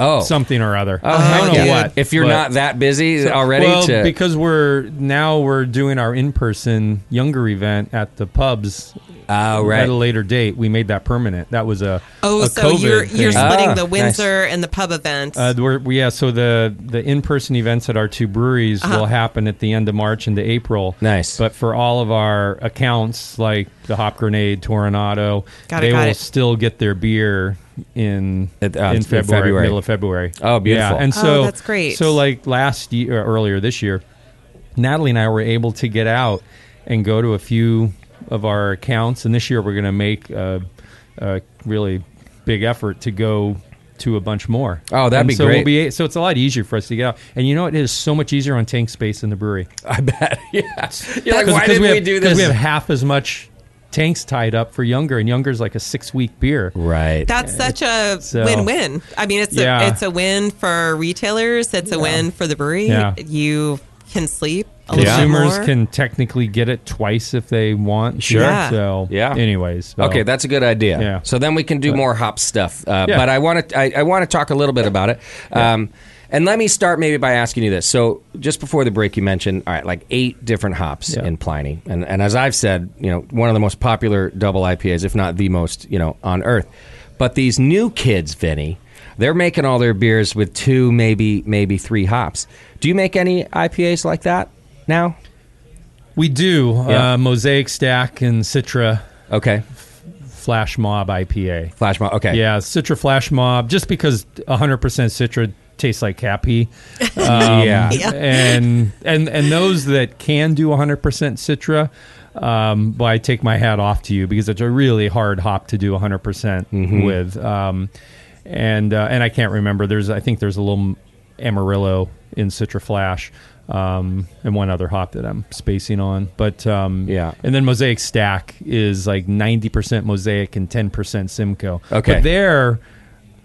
Speaker 1: Oh,
Speaker 2: something or other.
Speaker 1: Oh,
Speaker 2: I don't
Speaker 1: heck
Speaker 2: know
Speaker 1: yeah.
Speaker 2: what.
Speaker 1: If you're
Speaker 2: but-
Speaker 1: not that busy already,
Speaker 2: well,
Speaker 1: to,
Speaker 2: because we're now we're doing our in person younger event at the pubs
Speaker 1: oh
Speaker 2: at a
Speaker 1: right,
Speaker 2: later date. We made that permanent. That was a
Speaker 3: Oh,
Speaker 2: a
Speaker 3: so you're
Speaker 2: COVID thing.
Speaker 3: you're splitting
Speaker 1: Ah,
Speaker 3: the
Speaker 1: nice.
Speaker 3: Windsor and the pub event.
Speaker 2: Uh, we're, we- yeah, so the the in person events at our two breweries
Speaker 3: Uh-huh.
Speaker 2: will happen at the end of March into April.
Speaker 1: Nice.
Speaker 2: But for all of our accounts, like the Hop Grenade, Toronado,
Speaker 3: Got it,
Speaker 2: they
Speaker 3: got
Speaker 2: will
Speaker 3: it.
Speaker 2: still get their beer in
Speaker 1: At- uh, in
Speaker 2: in February,
Speaker 1: February.
Speaker 2: middle of February.
Speaker 1: Oh, beautiful.
Speaker 2: Yeah, and
Speaker 3: Oh,
Speaker 2: so
Speaker 3: that's great.
Speaker 2: So like last year, or earlier this year, Natalie and I were able to get out and go to a few of our accounts, and this year we're going to make a, a really big effort to go to a bunch more.
Speaker 1: Oh, that'd
Speaker 2: And
Speaker 1: be
Speaker 2: so
Speaker 1: great.
Speaker 2: We'll be, so it's a lot easier for us to get out. And you know what? It is so much easier on tank space in the brewery.
Speaker 1: I bet. yeah. You're like,
Speaker 2: 'Cause-
Speaker 1: why
Speaker 2: 'cause
Speaker 1: did we,
Speaker 2: have,
Speaker 1: do
Speaker 2: 'cause
Speaker 1: this?
Speaker 2: We have half as much tanks tied up for Younger, and Younger's like a six week beer.
Speaker 1: right.
Speaker 3: That's such a
Speaker 2: So-
Speaker 3: win-win. I mean, it's
Speaker 2: uh, Yeah.
Speaker 3: a, it's a win for retailers. It's a win for the brewery.
Speaker 2: Yeah.
Speaker 3: You can sleep. A little bit
Speaker 2: Consumers
Speaker 3: more.
Speaker 2: can technically get it twice if they want.
Speaker 1: Sure.
Speaker 3: Yeah.
Speaker 2: So
Speaker 1: Yeah.
Speaker 2: Anyways. so-
Speaker 1: Okay, that's a good idea.
Speaker 2: Yeah.
Speaker 1: So then we can do more hop stuff. Uh,
Speaker 2: Yeah.
Speaker 1: But I want to I, I want to talk a little bit about it. Um, and let me start maybe by asking you this. So just before the break, you mentioned all right, like eight different hops
Speaker 2: Yeah.
Speaker 1: in Pliny, and and as I've said, you know, one of the most popular double IPAs, if not the most, you know, on earth. But these new kids, Vinny, they're making all their beers with two, maybe maybe three hops. Do you make any IPAs like that now?
Speaker 2: we do
Speaker 1: Yeah.
Speaker 2: uh, Mosaic Stack and Citra
Speaker 1: Okay,
Speaker 2: Flash Mob IPA.
Speaker 1: flash mob. Okay,
Speaker 2: Yeah, Citra Flash Mob, just because 100% Citra tastes like cat pee. Um,
Speaker 1: yeah.
Speaker 2: and and and those that can do 100% citra um, but I take my hat off to you because it's a really hard hop to do 100% percent
Speaker 1: Mm-hmm.
Speaker 2: with um, and uh, and I can't remember there's I think there's a little amarillo in citra flash um, and one other hop that I'm spacing on but um,
Speaker 1: Yeah.
Speaker 2: and then mosaic stack is like 90% mosaic and 10% simcoe
Speaker 1: Okay.
Speaker 2: but there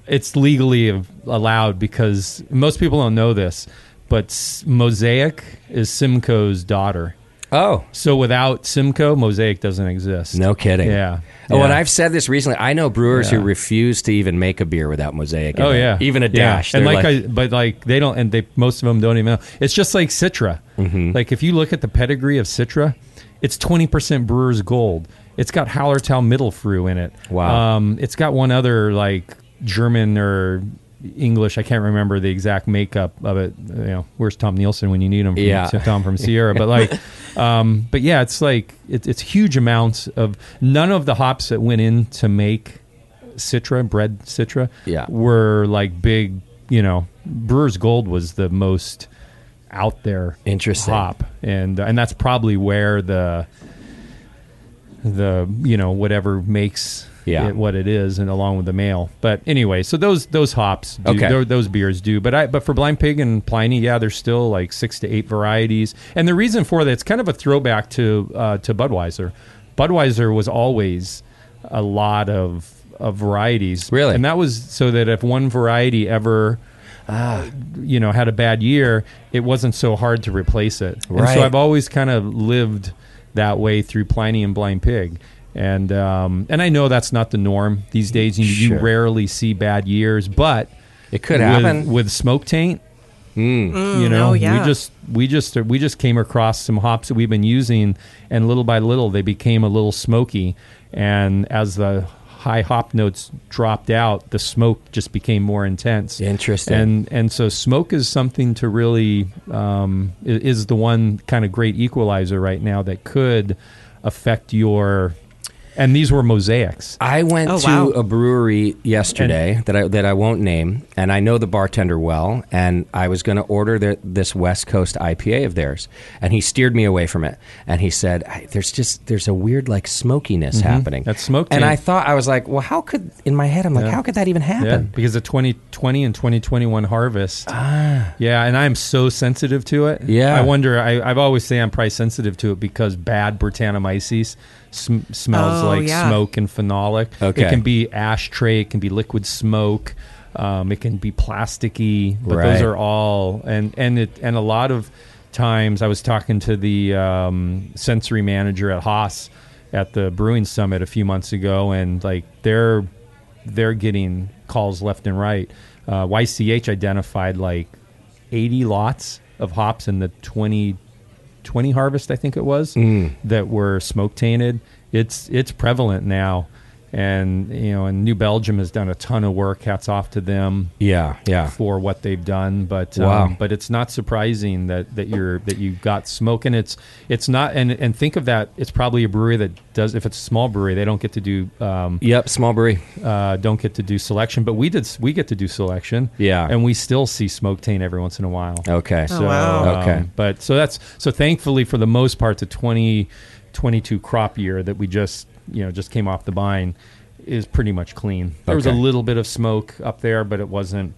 Speaker 2: it's legally av- allowed because most people don't know this, but S- Mosaic is Simcoe's daughter.
Speaker 1: Oh,
Speaker 2: So without Simcoe, Mosaic doesn't exist.
Speaker 1: No kidding.
Speaker 2: Yeah.
Speaker 1: Oh,
Speaker 2: Yeah.
Speaker 1: and I've said this recently. I know brewers who
Speaker 2: Yeah.
Speaker 1: refuse to even make a beer without mosaic. in
Speaker 2: Oh
Speaker 1: it.
Speaker 2: yeah,
Speaker 1: even a
Speaker 2: Yeah.
Speaker 1: dash.
Speaker 2: And
Speaker 1: They're
Speaker 2: like, I, but like they don't, and they most of them don't even know. It's just like Citra.
Speaker 1: Mm-hmm.
Speaker 2: Like if you look at the pedigree of Citra, it's twenty percent Brewer's Gold. It's got Hallertau Middle Fruit in it.
Speaker 1: Wow.
Speaker 2: Um, it's got one other like German or English. I can't remember the exact makeup of it. You know, where's Tom Nielsen when you need him? From,
Speaker 1: Yeah.
Speaker 2: Tom from Sierra. But like, um, but yeah, it's like it, it's huge amounts of none of the hops that went in to make Citra, bread Citra,
Speaker 1: Yeah.
Speaker 2: were like big, you know, Brewer's Gold was the most out there
Speaker 1: Interesting.
Speaker 2: hop. And and that's probably where the the you know whatever makes
Speaker 1: Yeah.
Speaker 2: it what it is and along with the male. But anyway, so those those hops do,
Speaker 1: Okay.
Speaker 2: tho- those beers do. But I but for Blind Pig and Pliny, yeah, there's still like 6 to 8 varieties. And the reason for that it's kind of a throwback to uh, to Budweiser. Budweiser was always a lot of of varieties.
Speaker 1: Really?
Speaker 2: And that was so that if one variety ever
Speaker 1: Ah.
Speaker 2: you know had a bad year, it wasn't so hard to replace it. And
Speaker 1: Right.
Speaker 2: so I've always kind of lived that way through Pliny and Blind Pig. And um, and I know that's not the norm these days. You,
Speaker 1: Sure.
Speaker 2: you rarely see bad years, but
Speaker 1: It could
Speaker 2: with,
Speaker 1: happen. Mm,
Speaker 2: with smoke taint. you know,
Speaker 3: oh, yeah.
Speaker 2: we just we just we just came across some hops that we've been using, and little by little they became a little smoky. And as the high hop notes dropped out, the smoke just became more intense.
Speaker 1: Interesting.
Speaker 2: And and so smoke is something to really um, i- is the one kind of great equalizer right now that could affect your. And these were mosaics.
Speaker 1: I went
Speaker 3: Oh,
Speaker 1: to
Speaker 3: wow.
Speaker 1: a brewery yesterday that I that I won't name, and I know the bartender well, and I was going to order their, this West Coast IPA of theirs, and he steered me away from it, and he said, "I- "There's just there's a weird like smokiness happening."
Speaker 2: Mm-hmm. That's smoke
Speaker 1: and I
Speaker 2: taint.
Speaker 1: thought I was like, "Well, how could?" In my head, I'm like,
Speaker 2: Yeah.
Speaker 1: "How could that even
Speaker 2: Yeah,
Speaker 1: happen?"
Speaker 2: because the 2020 and 2021 harvest. Yeah, and I'm so sensitive to it.
Speaker 1: Yeah.
Speaker 2: I wonder, I, I've always say I'm price sensitive to it because bad Britannomyces sm- smells
Speaker 3: Oh,
Speaker 2: like
Speaker 3: yeah.
Speaker 2: smoke and phenolic.
Speaker 1: Okay.
Speaker 2: It can be ashtray, it can be liquid smoke. Um, it can be plasticky, but those
Speaker 1: Right.
Speaker 2: are all and and it and a lot of times I was talking to the um, sensory manager at Haas at the Brewing Summit a few months ago, and like they're they're getting calls left and right. Uh, YCH identified like 80 lots of hops in the 2020 harvest, I think it was, that were smoke tainted. It's it's prevalent now, and you know, and New Belgium has done a ton of work. Hats off to them
Speaker 1: Yeah, yeah.
Speaker 2: for what they've done. But
Speaker 1: Ah. Wow.
Speaker 2: um, but it's not surprising that that you're that you got smoke, and it's it's not. And and think of that. It's probably a brewery that does. If it's a small brewery, they don't get to do um,
Speaker 1: Yep, small brewery.
Speaker 2: uh, don't get to do selection, but we did. We get to do selection.
Speaker 1: Yeah.
Speaker 2: and we still see smoke taint every once in a while.
Speaker 1: Okay,
Speaker 3: Oh, wow.
Speaker 2: um,
Speaker 1: Okay.
Speaker 2: but so that's so thankfully for the most part the 2022 crop year that we just you know just came off the vine is pretty much clean. There was a
Speaker 1: Okay.
Speaker 2: little bit of smoke up there, but it wasn't.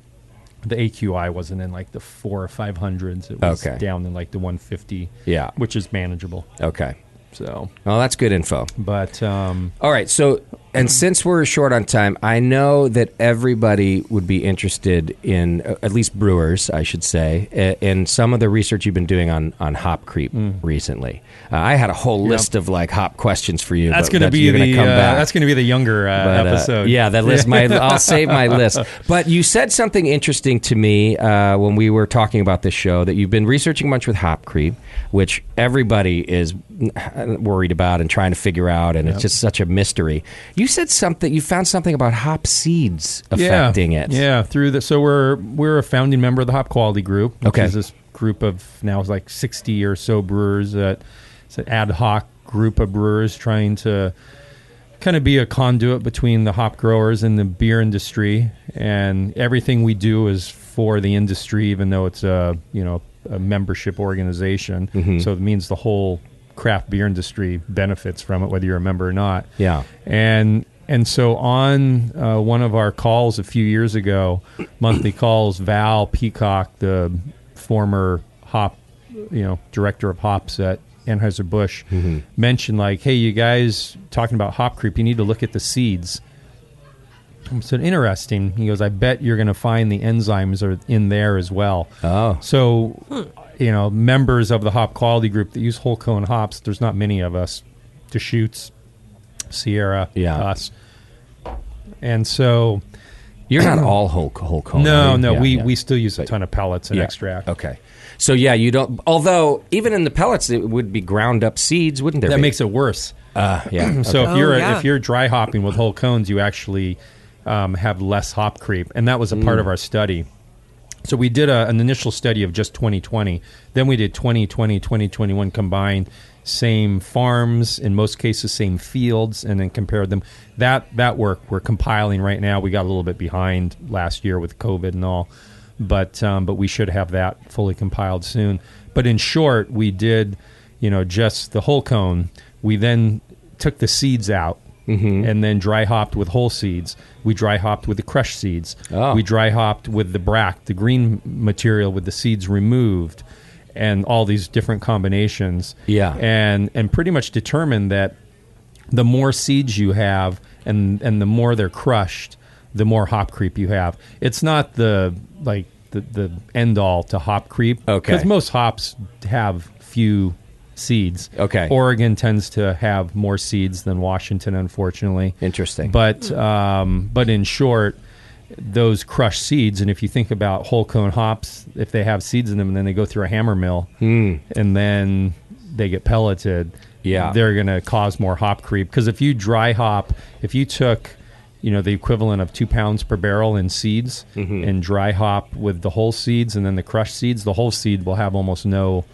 Speaker 2: The AQI wasn't in like the four or five hundreds. It was
Speaker 1: Okay.
Speaker 2: down in like the one fifty.
Speaker 1: Yeah.
Speaker 2: which is manageable.
Speaker 1: Okay.
Speaker 2: So,
Speaker 1: Well, that's good info.
Speaker 2: but um,
Speaker 1: All right. So, and since we're short on time, I know that everybody would be interested in, uh, at least brewers, I should say, i- in some of the research you've been doing on, on hop creep
Speaker 2: Mm.
Speaker 1: recently. Uh, I had a whole list of like hop questions for you.
Speaker 2: that's
Speaker 1: but
Speaker 2: going to be
Speaker 1: you're gonna
Speaker 2: the
Speaker 1: come
Speaker 2: uh,
Speaker 1: back.
Speaker 2: that's going to be the younger uh,
Speaker 1: But, uh,
Speaker 2: episode.
Speaker 1: yeah, that list. My I'll save my list. But you said something interesting to me uh, when we were talking about this show that you've been researching much with hop creep, which everybody is worried about and trying to figure out, and it's just such a mystery. You said something. You found something about hop seeds affecting
Speaker 2: yeah.
Speaker 1: it.
Speaker 2: Yeah, through the so we're we're a founding member of the Hop Quality Group. Which
Speaker 1: Okay.
Speaker 2: is this group of now it's like sixty or so brewers that it's an ad hoc group of brewers trying to kind of be a conduit between the hop growers and the beer industry. And everything we do is for the industry, even though it's a you know a membership organization.
Speaker 1: Mm-hmm.
Speaker 2: So it means the whole craft beer industry benefits from it, whether you're a member or not
Speaker 1: Yeah.
Speaker 2: and and so on uh, one of our calls a few years ago, monthly calls, Val Peacock, the former hop, you know, director of hops at Anheuser Busch, mentioned like, "Hey, you guys talking about hop creep? You need to look at the seeds." So interesting. He goes, "I bet you're going to find the enzymes are in there as well."
Speaker 1: Oh.
Speaker 2: So, you know, members of the hop quality group that use whole cone hops, there's not many of us. Deschutes, Sierra,
Speaker 1: Yeah.
Speaker 2: us. And so,
Speaker 1: You're not all whole, whole cone. are
Speaker 2: no,
Speaker 1: you?
Speaker 2: no,
Speaker 1: Oh, Yeah,
Speaker 2: we,
Speaker 1: yeah.
Speaker 2: we still use a
Speaker 1: But-
Speaker 2: ton of pellets and
Speaker 1: Yeah.
Speaker 2: extract.
Speaker 1: Okay. So yeah, you don't. Although even in the pellets, it would be ground up seeds, wouldn't there?
Speaker 2: That
Speaker 1: be?
Speaker 2: makes it worse.
Speaker 1: Uh, yeah.
Speaker 2: So
Speaker 3: Oh,
Speaker 2: if you're
Speaker 3: yeah.
Speaker 2: if you're dry hopping with whole cones, you actually um, have less hop creep, and that was a
Speaker 1: Mm.
Speaker 2: part of our study. So we did a, an initial study of just 2020. Then we did 2020, 2021 combined, same farms in most cases, same fields, and then compared them. That that work we're compiling right now. We got a little bit behind last year with COVID and all, but um, but we should have that fully compiled soon. But in short, we did, you know, just the whole cone. We then took the seeds out. And then dry hopped with whole seeds. We dry hopped with the crushed seeds.
Speaker 1: Oh.
Speaker 2: We dry hopped with the bract, the green material with the seeds removed, and all these different combinations.
Speaker 1: Yeah.
Speaker 2: and and pretty much determined that the more seeds you have, and and the more they're crushed, the more hop creep you have. It's not the like the the end all to hop creep.
Speaker 1: Okay.
Speaker 2: because most hops have few seeds.
Speaker 1: Okay.
Speaker 2: Oregon tends to have more seeds than Washington, unfortunately.
Speaker 1: Interesting.
Speaker 2: But um, but in short, those crushed seeds, and if you think about whole cone hops, if they have seeds in them, and then they go through a hammer mill, and then they get pelleted,
Speaker 1: Hmm. Yeah.
Speaker 2: they're going to cause more hop creep. Because if you dry hop, if you took you know the equivalent of two pounds per barrel in seeds
Speaker 1: Mm-hmm.
Speaker 2: and dry hop with the whole seeds and then the crushed seeds, the whole seed will have almost no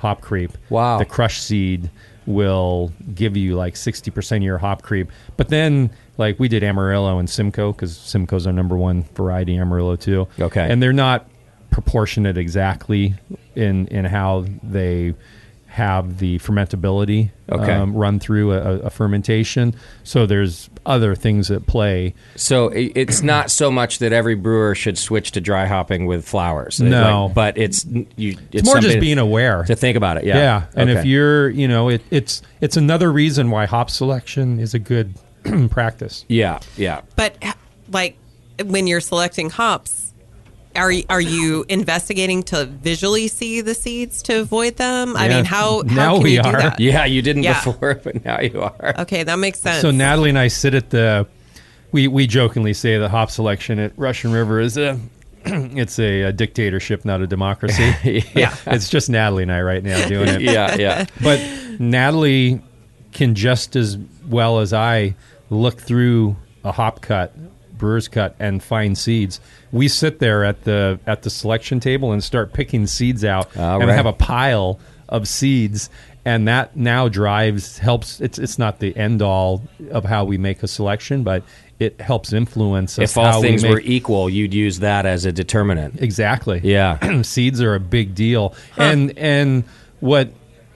Speaker 2: hop creep.
Speaker 1: Wow.
Speaker 2: The crushed seed will give you like 60% of your hop creep. But then, like, we did Amarillo and Simcoe because Simcoe's our number one variety, Amarillo too.
Speaker 1: Okay.
Speaker 2: And they're not proportionate exactly in, in how they have the fermentability um,
Speaker 1: Okay.
Speaker 2: run through a, a fermentation. So there's other things at play.
Speaker 1: So i- it's not so much that every brewer should switch to dry hopping with flowers.
Speaker 2: No.
Speaker 1: Like, but it's you. It's,
Speaker 2: It's more just
Speaker 1: something
Speaker 2: being aware.
Speaker 1: to think about it. Yeah,
Speaker 2: Yeah. And if
Speaker 1: Okay.
Speaker 2: you're, you know, it, it's it's another reason why hop selection is a good practice.
Speaker 1: yeah, yeah,
Speaker 3: But like when you're selecting hops, are you, are you investigating to visually see the seeds to avoid them? I
Speaker 2: Yeah.
Speaker 3: mean, how, how
Speaker 2: Now
Speaker 3: can
Speaker 2: we
Speaker 3: you do
Speaker 2: are.
Speaker 3: that?
Speaker 1: yeah. You didn't
Speaker 3: Yeah.
Speaker 1: before, but now you are.
Speaker 3: Okay, that makes sense.
Speaker 2: So Natalie and I sit at the. We we jokingly say that hop selection at Russian River is a. It's a, a dictatorship, not a democracy.
Speaker 1: Yeah.
Speaker 2: it's just Natalie and I right now doing it.
Speaker 1: yeah, yeah.
Speaker 2: But Natalie can just as well as I look through a hop cut, brewer's cut, and find seeds. We sit there at the at the selection table and start picking seeds out,
Speaker 1: All
Speaker 2: and
Speaker 1: right.
Speaker 2: have a pile of seeds. And that now drives helps. It's it's not the end all of how we make a selection, but it helps influence us
Speaker 1: If all
Speaker 2: how
Speaker 1: things
Speaker 2: we make,
Speaker 1: were e- equal, you'd use that as a determinant.
Speaker 2: Exactly.
Speaker 1: Yeah.
Speaker 2: seeds are a big deal. And and what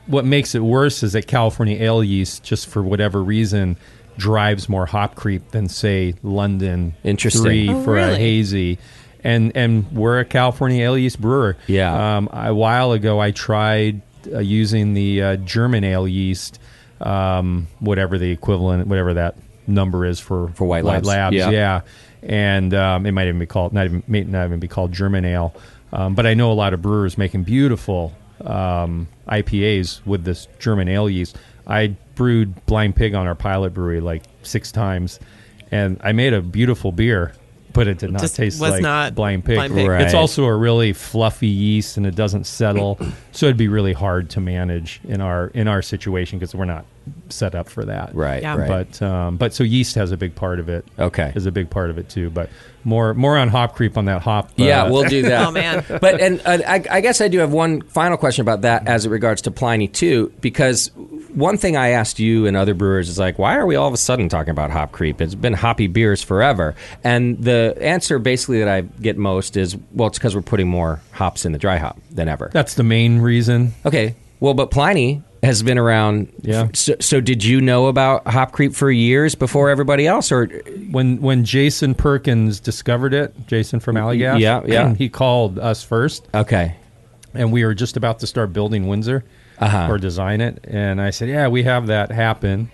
Speaker 2: what makes it worse is that California ale yeast, just for whatever reason, drives more hop creep than say London
Speaker 1: Interesting.
Speaker 2: three
Speaker 3: Oh,
Speaker 2: for a
Speaker 3: really?
Speaker 2: hazy. And and we're a California ale yeast brewer.
Speaker 1: Yeah.
Speaker 2: Um, a while ago, I tried uh, using the uh, German ale yeast, um, whatever the equivalent, whatever that number is for
Speaker 1: For White Labs. Yeah.
Speaker 2: Yeah. And um, it might even be called not even may not even be called German ale. Um, but I know a lot of brewers making beautiful um, IPAs with this German ale yeast. I brewed Blind Pig on our pilot brewery like six times, and I made a beautiful beer, but it did not
Speaker 3: Just
Speaker 2: taste
Speaker 3: was
Speaker 2: like
Speaker 3: not
Speaker 2: Blind Pig.
Speaker 3: Blind Pig.
Speaker 1: Right.
Speaker 2: It's also a really fluffy yeast, and it doesn't settle, so it'd be really hard to manage in our in our situation because we're not set up for that.
Speaker 1: Right,
Speaker 3: Yeah.
Speaker 1: right.
Speaker 2: But um, but so yeast has a big part of it.
Speaker 1: Okay.
Speaker 2: is a big part of it too. But more more on hop creep on that hop.
Speaker 1: Yeah,
Speaker 2: uh,
Speaker 1: we'll do that.
Speaker 3: Oh, man.
Speaker 1: But and uh, I, I guess I do have one final question about that as it regards to Pliny too, because one thing I asked you and other brewers is like, why are we all of a sudden talking about hop creep? It's been hoppy beers forever, and the answer basically that I get most is, well, it's because we're putting more hops in the dry hop than ever.
Speaker 2: that's the main reason.
Speaker 1: Okay, well, but Pliny has been around.
Speaker 2: Yeah.
Speaker 1: So, so did you know about hop creep for years before everybody else, or
Speaker 2: when when Jason Perkins discovered it, Jason from Allagash,
Speaker 1: Yeah, yeah.
Speaker 2: he called us first,
Speaker 1: okay?
Speaker 2: and we were just about to start building Windsor
Speaker 1: Uh-huh.
Speaker 2: or design it, and I said, "Yeah, we have that happen."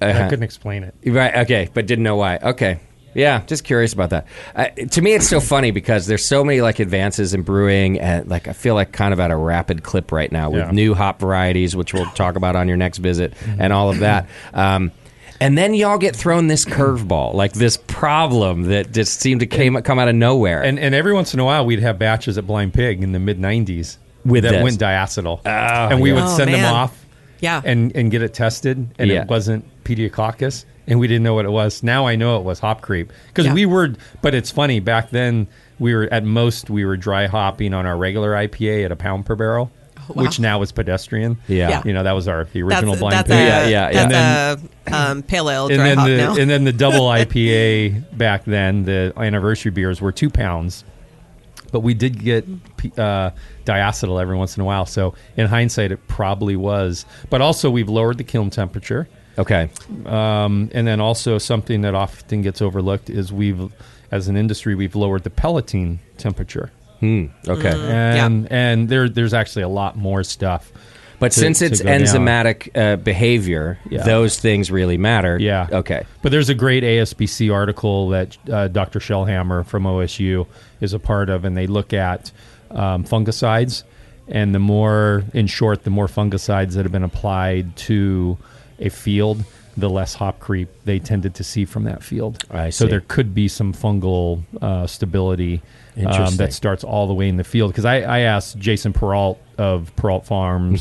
Speaker 1: Uh-huh.
Speaker 2: I couldn't explain it.
Speaker 1: Right. Okay, but didn't know why. Okay. Yeah, just curious about that. Uh, to me, it's so funny because there's so many like advances in brewing, and like I feel like kind of at a rapid clip right now with
Speaker 2: Yeah. Mm-hmm.
Speaker 1: new hop varieties, which we'll talk about on your next visit, and all of that. Um, and then y'all get thrown this curveball, like this problem that just seemed to came come out of nowhere.
Speaker 2: And and every once in a while, we'd have batches at Blind Pig in the mid '90s
Speaker 1: With
Speaker 2: that
Speaker 1: this.
Speaker 2: went diacetyl, and we would
Speaker 3: Oh, yeah.
Speaker 2: send
Speaker 3: Oh, man.
Speaker 2: them off,
Speaker 3: Yeah.
Speaker 2: and and get it tested, and
Speaker 1: Yeah.
Speaker 2: it wasn't pediococcus, and we didn't know what it was. Now I know it was hop creep because
Speaker 3: Yeah.
Speaker 2: we were. But it's funny back then we were at most we were dry hopping on our regular IPA at a pound per barrel,
Speaker 3: Oh, wow.
Speaker 2: which now is pedestrian.
Speaker 1: Yeah. Yeah.
Speaker 2: you know that was our the
Speaker 3: that's
Speaker 2: original blind
Speaker 3: that's a,
Speaker 2: pig.
Speaker 1: Yeah, yeah, yeah.
Speaker 3: That's a um, pale ale
Speaker 2: And
Speaker 3: dry
Speaker 2: then,
Speaker 3: hop
Speaker 2: the,
Speaker 3: now.
Speaker 2: and then the double IPA back then, the anniversary beers were two pounds, but we did get p- uh, diacetyl every once in a while. So in hindsight, it probably was. But also, we've lowered the kiln temperature.
Speaker 1: okay.
Speaker 2: Um, and then also something that often gets overlooked is we've, as an industry, we've lowered the pelleting temperature.
Speaker 1: Hmm. Okay.
Speaker 2: And and there there's actually a lot more stuff.
Speaker 1: But
Speaker 2: to-
Speaker 1: since
Speaker 2: to
Speaker 1: it's
Speaker 2: go down.
Speaker 1: enzymatic uh, behavior,
Speaker 2: Yeah.
Speaker 1: those things really matter.
Speaker 2: Yeah.
Speaker 1: Okay.
Speaker 2: But there's a great ASBC article that uh, Dr. Shellhammer from OSU is a part of, and they look at um, fungicides. And the more, in short, the more fungicides that have been applied to a field, the less hop creep they tended to see from that field.
Speaker 1: I
Speaker 2: so
Speaker 1: see.
Speaker 2: there could be some fungal uh, stability um,
Speaker 1: Interesting.
Speaker 2: that starts all the way in the field. Because I, I asked Jason Peralt of Peralt Farms,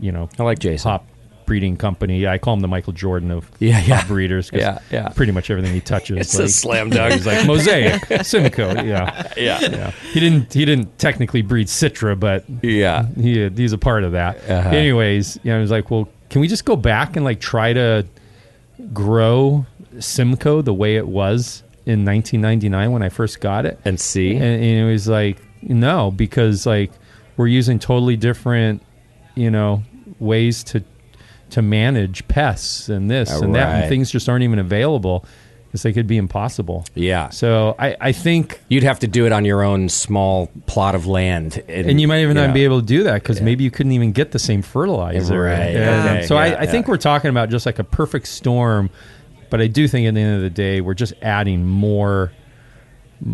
Speaker 2: you know,
Speaker 1: Mm-hmm. I like Jason.
Speaker 2: hop breeding company. I call him the Michael Jordan of
Speaker 1: Yeah, yeah.
Speaker 2: hop breeders. 'cause
Speaker 1: Yeah, yeah.
Speaker 2: Pretty much everything he touches,
Speaker 1: It's a
Speaker 2: like,
Speaker 1: slam dunk.
Speaker 2: He's like mosaic, Simcoe. Yeah,
Speaker 1: Yeah.
Speaker 2: yeah. He didn't. He didn't technically breed Citra, but
Speaker 1: Yeah.
Speaker 2: he he's a part of that.
Speaker 1: Uh-huh.
Speaker 2: Anyways, you know, I was like, well, can we just go back and like try to grow Simcoe the way it was in 1999 when I first got it?
Speaker 1: And see.
Speaker 2: and, and it was like no because like we're using totally different you know ways to to manage pests and this and that
Speaker 1: Right.
Speaker 2: and things just aren't even available because they could be impossible
Speaker 1: Yeah.
Speaker 2: so i i think
Speaker 1: You'd have to do it on your own small plot of land,
Speaker 2: and you might even not
Speaker 1: know.
Speaker 2: be able to do that because maybe you couldn't even get the same fertilizer.
Speaker 1: Right.
Speaker 2: And,
Speaker 1: Yeah.
Speaker 2: um, so
Speaker 1: Yeah,
Speaker 2: I,
Speaker 1: yeah.
Speaker 2: I think we're talking about just like a perfect storm, but I do think at the end of the day we're just adding more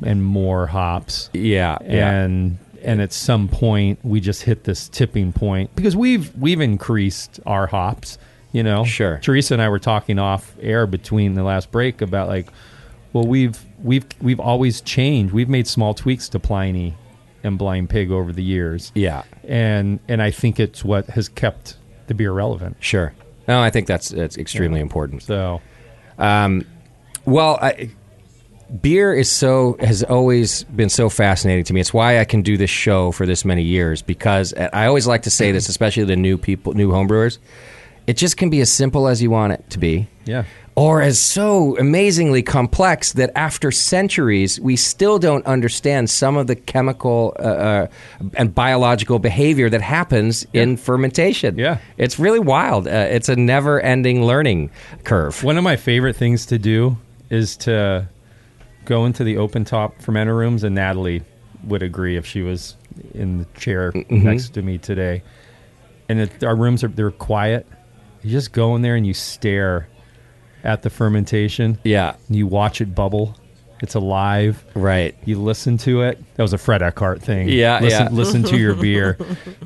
Speaker 2: and more hops.
Speaker 1: Yeah, yeah.
Speaker 2: and and at some point we just hit this tipping point because we've we've increased our hops. You know,
Speaker 1: Sure.
Speaker 2: Teresa and I were talking off air between the last break about like, well, we've we've we've always changed. We've made small tweaks to Pliny and Blind Pig over the years.
Speaker 1: Yeah.
Speaker 2: and and I think it's what has kept the beer relevant.
Speaker 1: Sure. No, I think that's that's extremely important.
Speaker 2: So
Speaker 1: Well, I, beer is so has always been so fascinating to me. It's why I can do this show for this many years because I always like to say
Speaker 2: Mm-hmm.
Speaker 1: this, especially to new people, new homebrewers. It just can be as simple as you want it to be.
Speaker 2: yeah,
Speaker 1: or as so amazingly complex that after centuries we still don't understand some of the chemical uh, uh, and biological behavior that happens in fermentation.
Speaker 2: Yeah.
Speaker 1: it's really wild. Uh, it's a never-ending learning curve.
Speaker 2: One of my favorite things to do is to go into the open top fermenter rooms, and Natalie would agree if she was in the chair
Speaker 1: Mm-hmm.
Speaker 2: next to me today. And it, our rooms are they're quiet. You just go in there and you stare at the fermentation.
Speaker 1: Yeah,
Speaker 2: And you watch it bubble. It's alive.
Speaker 1: right.
Speaker 2: You listen to it. That was a Fred Eckhart thing.
Speaker 1: Yeah,
Speaker 2: listen,
Speaker 1: yeah.
Speaker 2: listen to your beer.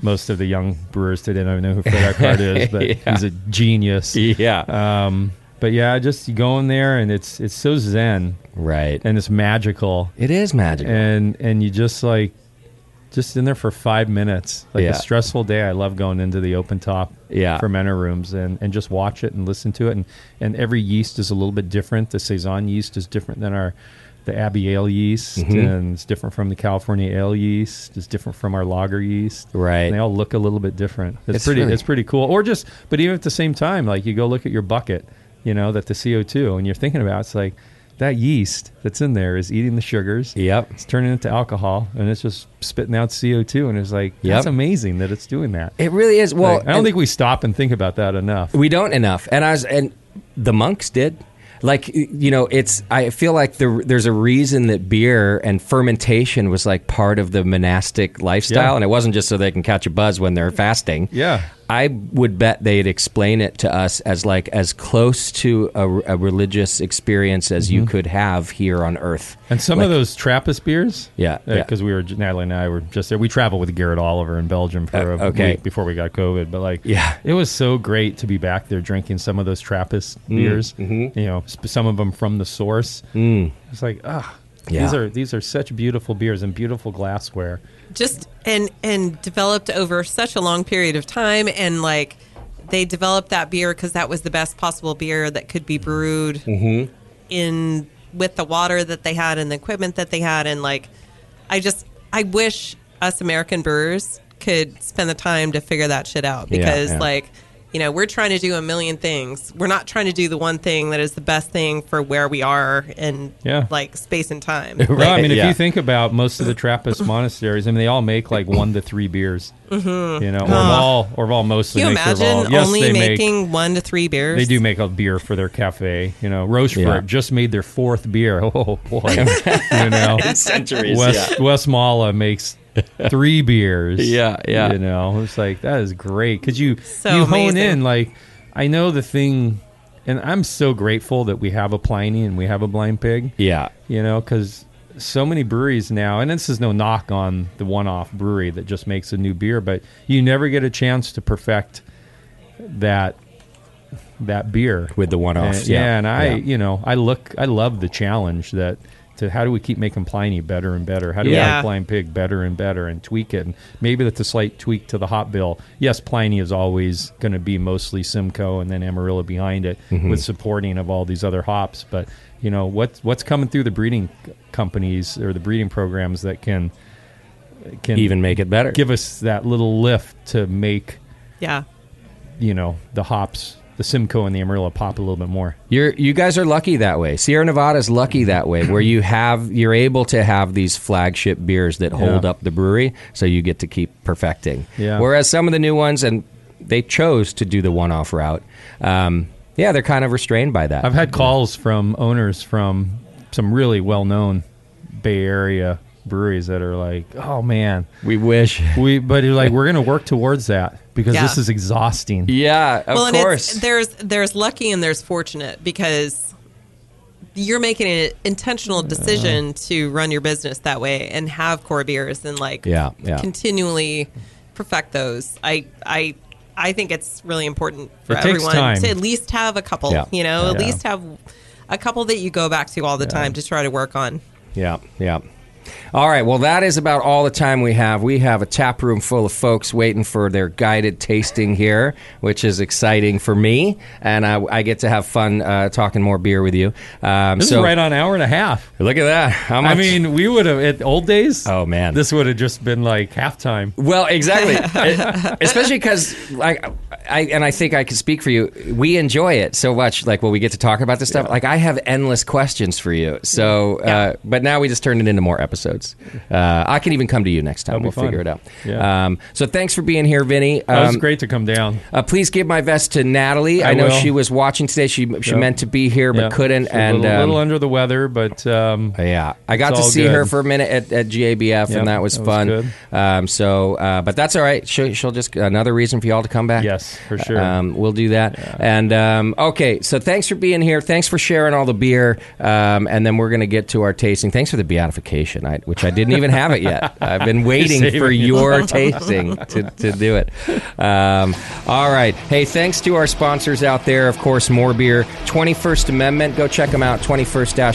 Speaker 2: Most of the young brewers today don't know who Fred Eckhart is, but he's a genius.
Speaker 1: Yeah,
Speaker 2: Um, but yeah, just you go in there and it's it's so zen
Speaker 1: right.
Speaker 2: and it's magical
Speaker 1: it is magical.
Speaker 2: and and you just like just in there for five minutes like
Speaker 1: Yeah.
Speaker 2: a stressful day i love going into the open top
Speaker 1: Yeah.
Speaker 2: fermenter rooms and, and just watch it and listen to it and, and every yeast is a little bit different the saison yeast is different than our the abbey ale yeast
Speaker 1: Mm-hmm.
Speaker 2: and it's different from the california ale yeast it's different from our lager yeast
Speaker 1: Right.
Speaker 2: And they all look a little bit different it's,
Speaker 1: It's
Speaker 2: pretty
Speaker 1: really-
Speaker 2: it's pretty cool or just but even at the same time like you go look at your bucket you know that the co2 and you're thinking about it's like that yeast that's in there is eating the sugars
Speaker 1: Yep.
Speaker 2: it's turning into alcohol and it's just spitting out CO2. And it's like,
Speaker 1: Yep.
Speaker 2: that's amazing that it's doing that.
Speaker 1: it really is. Well,
Speaker 2: Like, I don't
Speaker 1: and-
Speaker 2: think we stop and think about that enough.
Speaker 1: We don't enough, and I was, and the monks did. Like you know, it's. I feel like there, there's a reason that beer and fermentation was like part of the monastic lifestyle,
Speaker 2: Yeah.
Speaker 1: and it wasn't just so they can catch a buzz when they're fasting.
Speaker 2: Yeah.
Speaker 1: I would bet they'd explain it to us as like as close to a, a religious experience as you could have here on Earth.
Speaker 2: Mm-hmm. And some of those Trappist beers,
Speaker 1: Yeah, yeah.
Speaker 2: because we were Natalie and I were just there. We traveled with Garrett Oliver in Belgium for
Speaker 1: Uh,
Speaker 2: a
Speaker 1: okay.
Speaker 2: week before we got COVID, but like,
Speaker 1: Yeah.
Speaker 2: it was so great to be back there drinking some of those Trappist
Speaker 1: Mm,
Speaker 2: beers.
Speaker 1: mm-hmm.
Speaker 2: You know, sp- some of them from the source. Mm. It's like, ah, these
Speaker 1: Yeah.
Speaker 2: are these are such beautiful beers and beautiful glassware.
Speaker 3: just and and developed over such a long period of time and like they developed that beer because that was the best possible beer that could be brewed
Speaker 1: Mm-hmm.
Speaker 3: in with the water that they had and the equipment that they had and like i just i wish us american brewers could spend the time to figure that shit out
Speaker 1: Yeah,
Speaker 3: because
Speaker 1: yeah.
Speaker 3: like you know we're trying to do a million things we're not trying to do the one thing that is the best thing for where we are and
Speaker 2: Yeah.
Speaker 3: like space and time
Speaker 1: Right,
Speaker 2: No, I mean, if
Speaker 1: yeah.
Speaker 2: you think about most of the Trappist monasteries, I mean, they all make like one to three beers. Mm-hmm. You know, Orval, Orval mostly
Speaker 3: Can you
Speaker 2: makes their Orval.
Speaker 3: imagine
Speaker 2: Yes,
Speaker 3: only
Speaker 2: they make-
Speaker 3: making one to three beers?
Speaker 2: they do make a beer for their cafe. You know, Rochefort
Speaker 1: Yeah.
Speaker 2: just made their fourth beer. Oh boy, you know,
Speaker 1: Centuries,
Speaker 2: West Westmalla makes three beers.
Speaker 1: Yeah, yeah.
Speaker 2: You know, it's like that is great because you
Speaker 3: So
Speaker 2: you hone
Speaker 3: amazing.
Speaker 2: in. Like I know the thing, and I'm so grateful that we have a Pliny and we have a Blind Pig
Speaker 1: yeah,
Speaker 2: you know, because so many breweries now, and this is no knock on the one-off brewery that just makes a new beer, but you never get a chance to perfect that that beer
Speaker 1: with the one-offs.
Speaker 2: And- Uh, yeah. and I,
Speaker 1: Yeah.
Speaker 2: you know, I look, I love the challenge that to how do we keep making Pliny better and better? How do we
Speaker 3: Yeah.
Speaker 2: make Blind Pig better and better and tweak it? And maybe that's a slight tweak to the hop bill. Yes, Pliny is always going to be mostly Simcoe and then Amarillo behind it
Speaker 1: Mm-hmm.
Speaker 2: with supporting of all these other hops. But you know what's what's coming through the breeding c- companies or the breeding programs that can can
Speaker 1: even make it better.
Speaker 2: give us that little lift to make
Speaker 3: Yeah.
Speaker 2: you know the hops, the Simcoe and the Amarillo pop a little bit more.
Speaker 1: You're you guys are lucky that way. Sierra Nevada's lucky that way, where you have you're able to have these flagship beers that hold
Speaker 2: Yeah.
Speaker 1: up the brewery, so you get to keep perfecting.
Speaker 2: Yeah.
Speaker 1: Whereas some of the new ones, and they chose to do the one-off route. Um, yeah, they're kind of restrained by that.
Speaker 2: I've had calls from owners from some really well known Bay Area breweries that are like, "Oh man,
Speaker 1: we wish.
Speaker 2: we," but you're like, "We're going to work towards that because
Speaker 3: Yeah.
Speaker 2: this is exhausting."
Speaker 1: Yeah, of
Speaker 3: well,
Speaker 1: course.
Speaker 3: and it's, there's there's lucky and there's fortunate because you're making an intentional decision to run your business that way and have core beers and like
Speaker 1: Yeah, yeah.
Speaker 3: continually perfect those. I I I think it's really important for
Speaker 2: It takes
Speaker 3: everyone
Speaker 2: time.
Speaker 3: to at least have a couple.
Speaker 1: Yeah,
Speaker 3: You know, at
Speaker 2: yeah.
Speaker 3: least have a couple that you go back to all the time to try to work on.
Speaker 1: Yeah, yeah. All right, well, that is about all the time we have. We have a tap room full of folks waiting for their guided tasting here, which is exciting for me, and I, I get to have fun uh, talking more beer with you. Um,
Speaker 2: This
Speaker 1: so
Speaker 2: is right on hour and a half.
Speaker 1: look at that. How
Speaker 2: I
Speaker 1: much-
Speaker 2: mean, we would have at old days.
Speaker 1: Oh, man.
Speaker 2: this would have just been like halftime.
Speaker 1: well, exactly, It- especially because like I and I think I can speak for you. We enjoy it so much. Like when we get to talk about this stuff, like I have endless questions for you. So, uh, but now we just turned it into more episodes. Uh, I can even come to you next time.
Speaker 2: be
Speaker 1: We'll
Speaker 2: fun.
Speaker 1: figure it out.
Speaker 2: Yeah.
Speaker 1: Um, so thanks for being here, Vinny.
Speaker 2: That was
Speaker 1: Um,
Speaker 2: great to come down.
Speaker 1: uh, please give my vest to Natalie. I,
Speaker 2: I
Speaker 1: know
Speaker 2: will.
Speaker 1: she was watching today. She she
Speaker 2: Yep.
Speaker 1: meant to be here but
Speaker 2: Yeah.
Speaker 1: couldn't.
Speaker 2: She's
Speaker 1: and
Speaker 2: a little,
Speaker 1: um,
Speaker 2: little under the weather, but um,
Speaker 1: yeah, I got
Speaker 2: It's
Speaker 1: to
Speaker 2: all
Speaker 1: see her
Speaker 2: good.
Speaker 1: for a minute at, at GABF,
Speaker 2: Yep,
Speaker 1: and that was
Speaker 2: that was
Speaker 1: fun.
Speaker 2: good.
Speaker 1: um, so, uh, but that's all right. She'll, she'll just another reason for y'all to come back.
Speaker 2: Yes, for sure.
Speaker 1: Um, we'll do that. And um, okay, so thanks for being here. Thanks for sharing all the beer, um, and then we're gonna get to our tasting. Thanks for the beatification, I, which I didn't even have it yet. I've been waiting
Speaker 2: saving
Speaker 1: for
Speaker 2: it.
Speaker 1: your tasting to, to do it. Um, all right. Hey, thanks to our sponsors out there. Of course, More Beer, 21st Amendment. Go check them out,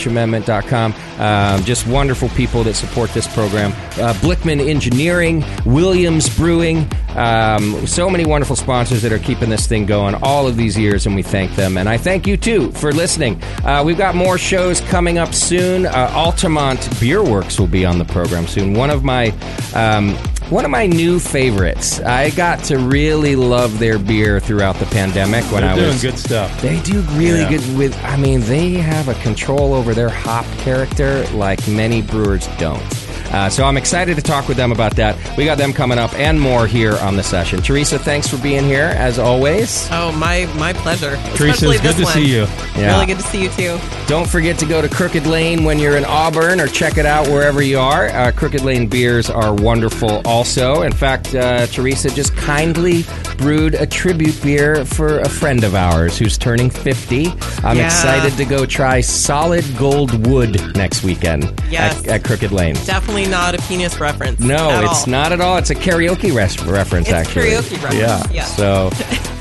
Speaker 1: 21st-amendment.com. Um, just wonderful people that support this program. Uh, Blickman Engineering, Williams Brewing. Um, so many wonderful sponsors that are keeping this thing going all of these years, and we thank them. And I thank you, too, for listening. Uh, we've got more shows coming up soon. Uh, Altamont Beer Works will be on the program soon. One of my... Um, one of my new favorites. I got to really love their beer throughout the pandemic when
Speaker 2: they're
Speaker 1: I
Speaker 2: doing
Speaker 1: was.
Speaker 2: good stuff.
Speaker 1: They do really
Speaker 2: Yeah.
Speaker 1: good with. I mean, they have a control over their hop character like many brewers don't. Uh, so I'm excited to talk with them about that. We got them coming up and more here on the session. Teresa, thanks for being here as always.
Speaker 3: Oh, my my pleasure.
Speaker 2: Teresa,
Speaker 3: Especially
Speaker 2: it's good to
Speaker 3: this one.
Speaker 2: see you.
Speaker 1: Yeah.
Speaker 3: Really good to see you too.
Speaker 1: Don't forget to go to Crooked Lane when you're in Auburn or check it out wherever you are. Uh, Crooked Lane beers are wonderful also. In fact, uh, Teresa just kindly brewed a tribute beer for a friend of ours who's turning 50. I'm
Speaker 3: Yeah.
Speaker 1: excited to go try Solid Gold Wood next weekend
Speaker 3: Yes.
Speaker 1: at, at Crooked Lane.
Speaker 3: Definitely not a penis reference.
Speaker 1: No,
Speaker 3: at
Speaker 1: it's
Speaker 3: all.
Speaker 1: not at all. It's a karaoke res- reference,
Speaker 3: It's
Speaker 1: actually.
Speaker 3: karaoke reference.
Speaker 1: Yeah.
Speaker 3: Yeah.
Speaker 1: So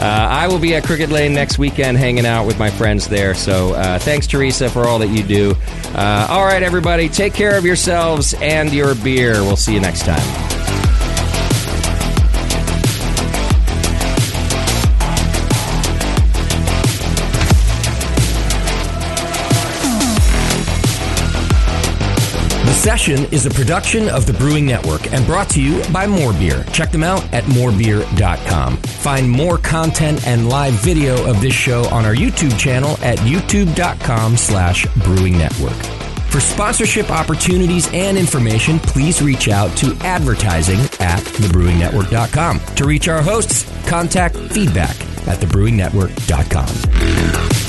Speaker 1: uh, I will be at Crooked Lane next weekend hanging out with my friends there. So uh, thanks, Teresa, for all that you do. Uh, all right, everybody, take care of yourselves and your beer. We'll see you next time. The Session is a production of the Brewing Network and brought to you by More Beer. Check them out at morebeer.com. Find more content and live video of this show on our YouTube channel at youtube.com slash brewing network. For sponsorship opportunities and information, please reach out to advertising at thebrewingnetwork.com. To reach our hosts, contact feedback at thebrewingnetwork.com.